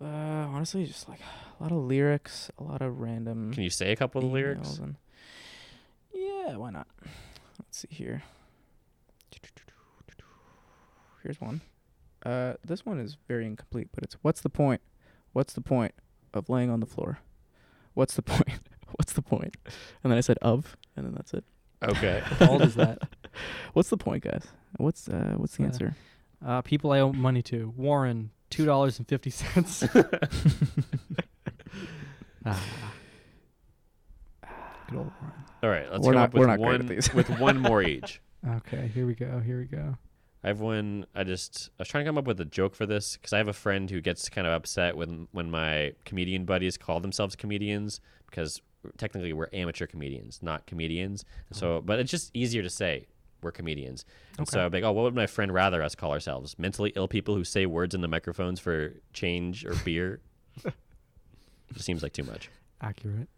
[SPEAKER 4] uh, honestly just like a lot of lyrics, a lot of random.
[SPEAKER 1] Can you say a couple of the lyrics?
[SPEAKER 4] emails and- yeah, why not? Let's see here. Here's one. Uh, this one is very incomplete, but it's what's the point? What's the point of laying on the floor? What's the [LAUGHS] point? What's the point? And then I said of, and then that's it. [LAUGHS]
[SPEAKER 1] Okay.
[SPEAKER 3] How old is that?
[SPEAKER 4] What's the point, guys? What's uh, what's the
[SPEAKER 3] Uh,
[SPEAKER 4] answer?
[SPEAKER 3] Uh, people I owe money to. Warren, two dollars and fifty [LAUGHS] cents. Good old Warren.
[SPEAKER 1] All right. Let's
[SPEAKER 4] We're
[SPEAKER 1] go
[SPEAKER 4] not-
[SPEAKER 1] up with
[SPEAKER 4] we're not great at
[SPEAKER 1] one
[SPEAKER 4] these.
[SPEAKER 1] with one
[SPEAKER 4] [LAUGHS]
[SPEAKER 1] more each.
[SPEAKER 3] Okay, here we go. Here we go.
[SPEAKER 1] I have one. I just I was trying to come up with a joke for this because I have a friend who gets kind of upset when when my comedian buddies call themselves comedians because technically we're amateur comedians, not comedians. So, but it's just easier to say we're comedians. And So I'm like, oh, what would my friend rather us call ourselves? Mentally ill people who say words into microphones for change or beer. Just seems like too much.
[SPEAKER 3] Accurate.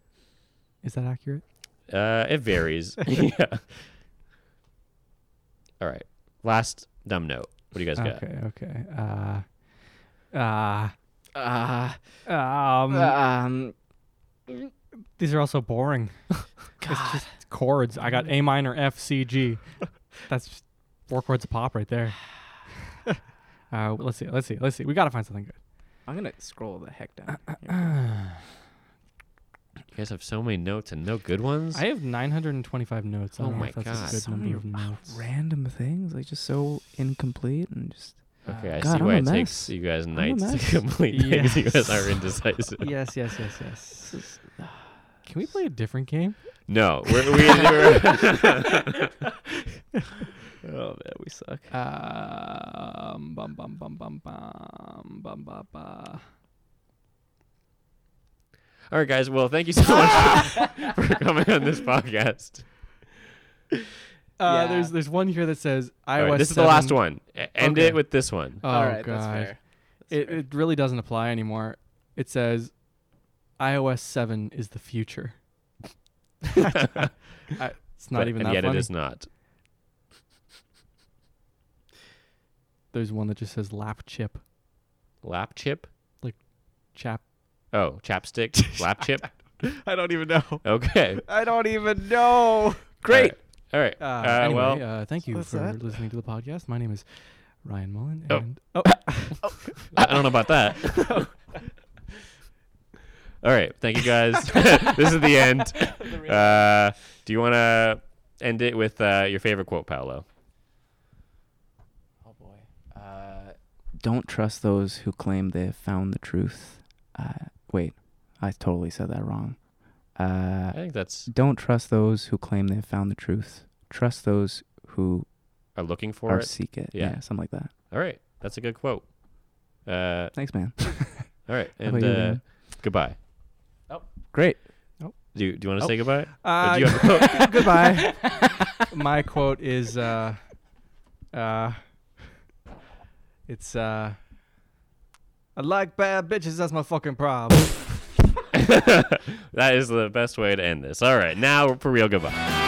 [SPEAKER 3] Is that accurate?
[SPEAKER 1] Uh, it varies. yeah. All right. Last dumb note. What do you guys got?
[SPEAKER 3] okay. Okay. Uh. Uh.
[SPEAKER 4] Ah,
[SPEAKER 3] Um.
[SPEAKER 4] um,
[SPEAKER 3] these are also boring. [LAUGHS] It's just chords. I got A minor, F, C, G. That's just four chords a pop right there. Uh, let's see. Let's see. Let's see. We gotta find something good.
[SPEAKER 4] I'm gonna scroll the heck down. here.
[SPEAKER 1] You guys have so many notes and no good ones.
[SPEAKER 3] I have 925 notes. I
[SPEAKER 1] Oh
[SPEAKER 3] don't know
[SPEAKER 1] my
[SPEAKER 3] if that's
[SPEAKER 1] God.
[SPEAKER 3] a good
[SPEAKER 4] So
[SPEAKER 3] number
[SPEAKER 4] many
[SPEAKER 3] of notes.
[SPEAKER 4] Random things, like just so incomplete and [LAUGHS] just
[SPEAKER 1] okay, I
[SPEAKER 4] God,
[SPEAKER 1] see
[SPEAKER 4] I'm
[SPEAKER 1] why
[SPEAKER 4] a
[SPEAKER 1] it takes
[SPEAKER 4] mess.
[SPEAKER 1] you guys
[SPEAKER 4] a
[SPEAKER 1] nights to
[SPEAKER 4] mess.
[SPEAKER 1] complete things. [LAUGHS] You guys
[SPEAKER 3] Yes.
[SPEAKER 1] are
[SPEAKER 3] [LAUGHS]
[SPEAKER 1] indecisive.
[SPEAKER 3] yes, yes, yes, yes. Can we play a different game?
[SPEAKER 1] No, we're, we we're
[SPEAKER 3] [LAUGHS]
[SPEAKER 4] Oh man, we suck.
[SPEAKER 3] Um, bum, bum, bum, bum, bum, bum, bum, bum.
[SPEAKER 1] all right, guys. Well, thank you so
[SPEAKER 3] [LAUGHS]
[SPEAKER 1] much for, for coming on this podcast.
[SPEAKER 3] Uh,
[SPEAKER 4] Yeah.
[SPEAKER 3] there's there's one here that says
[SPEAKER 1] All
[SPEAKER 3] iOS.
[SPEAKER 1] right, this is the last
[SPEAKER 3] 7
[SPEAKER 1] one. E- End
[SPEAKER 3] Okay.
[SPEAKER 1] it with this one.
[SPEAKER 3] Oh
[SPEAKER 4] All right,
[SPEAKER 3] god.
[SPEAKER 4] that's fair. That's
[SPEAKER 3] it,
[SPEAKER 4] fair.
[SPEAKER 3] it really doesn't apply anymore. It says iOS 7 is the future. I, it's [LAUGHS] not
[SPEAKER 1] But-
[SPEAKER 3] even
[SPEAKER 1] and
[SPEAKER 3] that
[SPEAKER 1] yet
[SPEAKER 3] funny.
[SPEAKER 1] it is not.
[SPEAKER 3] There's one that just says lap chip,
[SPEAKER 1] Lap chip.
[SPEAKER 3] chap.
[SPEAKER 1] Oh,
[SPEAKER 3] [LAUGHS]
[SPEAKER 1] chapstick. Lap chip.
[SPEAKER 3] I don't even know.
[SPEAKER 1] Okay.
[SPEAKER 3] I don't even know.
[SPEAKER 1] Great. All right.
[SPEAKER 3] Uh,
[SPEAKER 1] Uh,
[SPEAKER 3] anyway,
[SPEAKER 1] well,
[SPEAKER 3] uh, thank you
[SPEAKER 4] What's
[SPEAKER 3] for
[SPEAKER 4] that?
[SPEAKER 3] listening to the podcast. My name is Ryan Mullen.
[SPEAKER 1] Oh.
[SPEAKER 3] And, [COUGHS] oh.
[SPEAKER 1] I I don't know about that.
[SPEAKER 3] [LAUGHS]
[SPEAKER 1] All right. Thank you
[SPEAKER 3] [LAUGHS]
[SPEAKER 1] guys. this is the end. Uh, do you want to end it with uh, your favorite quote, Paolo?
[SPEAKER 4] Oh boy. Uh, don't trust those who claim they have found the truth. Uh, wait, I totally said that wrong. Uh,
[SPEAKER 1] I think that's
[SPEAKER 4] don't trust those who claim they have found the truth. Trust those who
[SPEAKER 1] are looking for
[SPEAKER 4] are
[SPEAKER 1] it.
[SPEAKER 4] seek it.
[SPEAKER 1] Yeah.
[SPEAKER 4] Yeah. something like that.
[SPEAKER 1] All right. That's a good quote. Uh,
[SPEAKER 4] Thanks, man.
[SPEAKER 1] all right.
[SPEAKER 4] How
[SPEAKER 1] And
[SPEAKER 4] about you,
[SPEAKER 1] uh,
[SPEAKER 4] man?
[SPEAKER 1] goodbye.
[SPEAKER 4] Great.
[SPEAKER 1] Do you, do you want to
[SPEAKER 3] Oh.
[SPEAKER 1] say goodbye?
[SPEAKER 3] Uh,
[SPEAKER 1] do you
[SPEAKER 3] [COUGHS] [LAUGHS]
[SPEAKER 1] have a quote? [LAUGHS]
[SPEAKER 3] goodbye. My quote is uh, uh, it's uh, I like bad bitches. That's my fucking problem.
[SPEAKER 1] [LAUGHS] that is the best way to end this. All right. Now for real goodbye.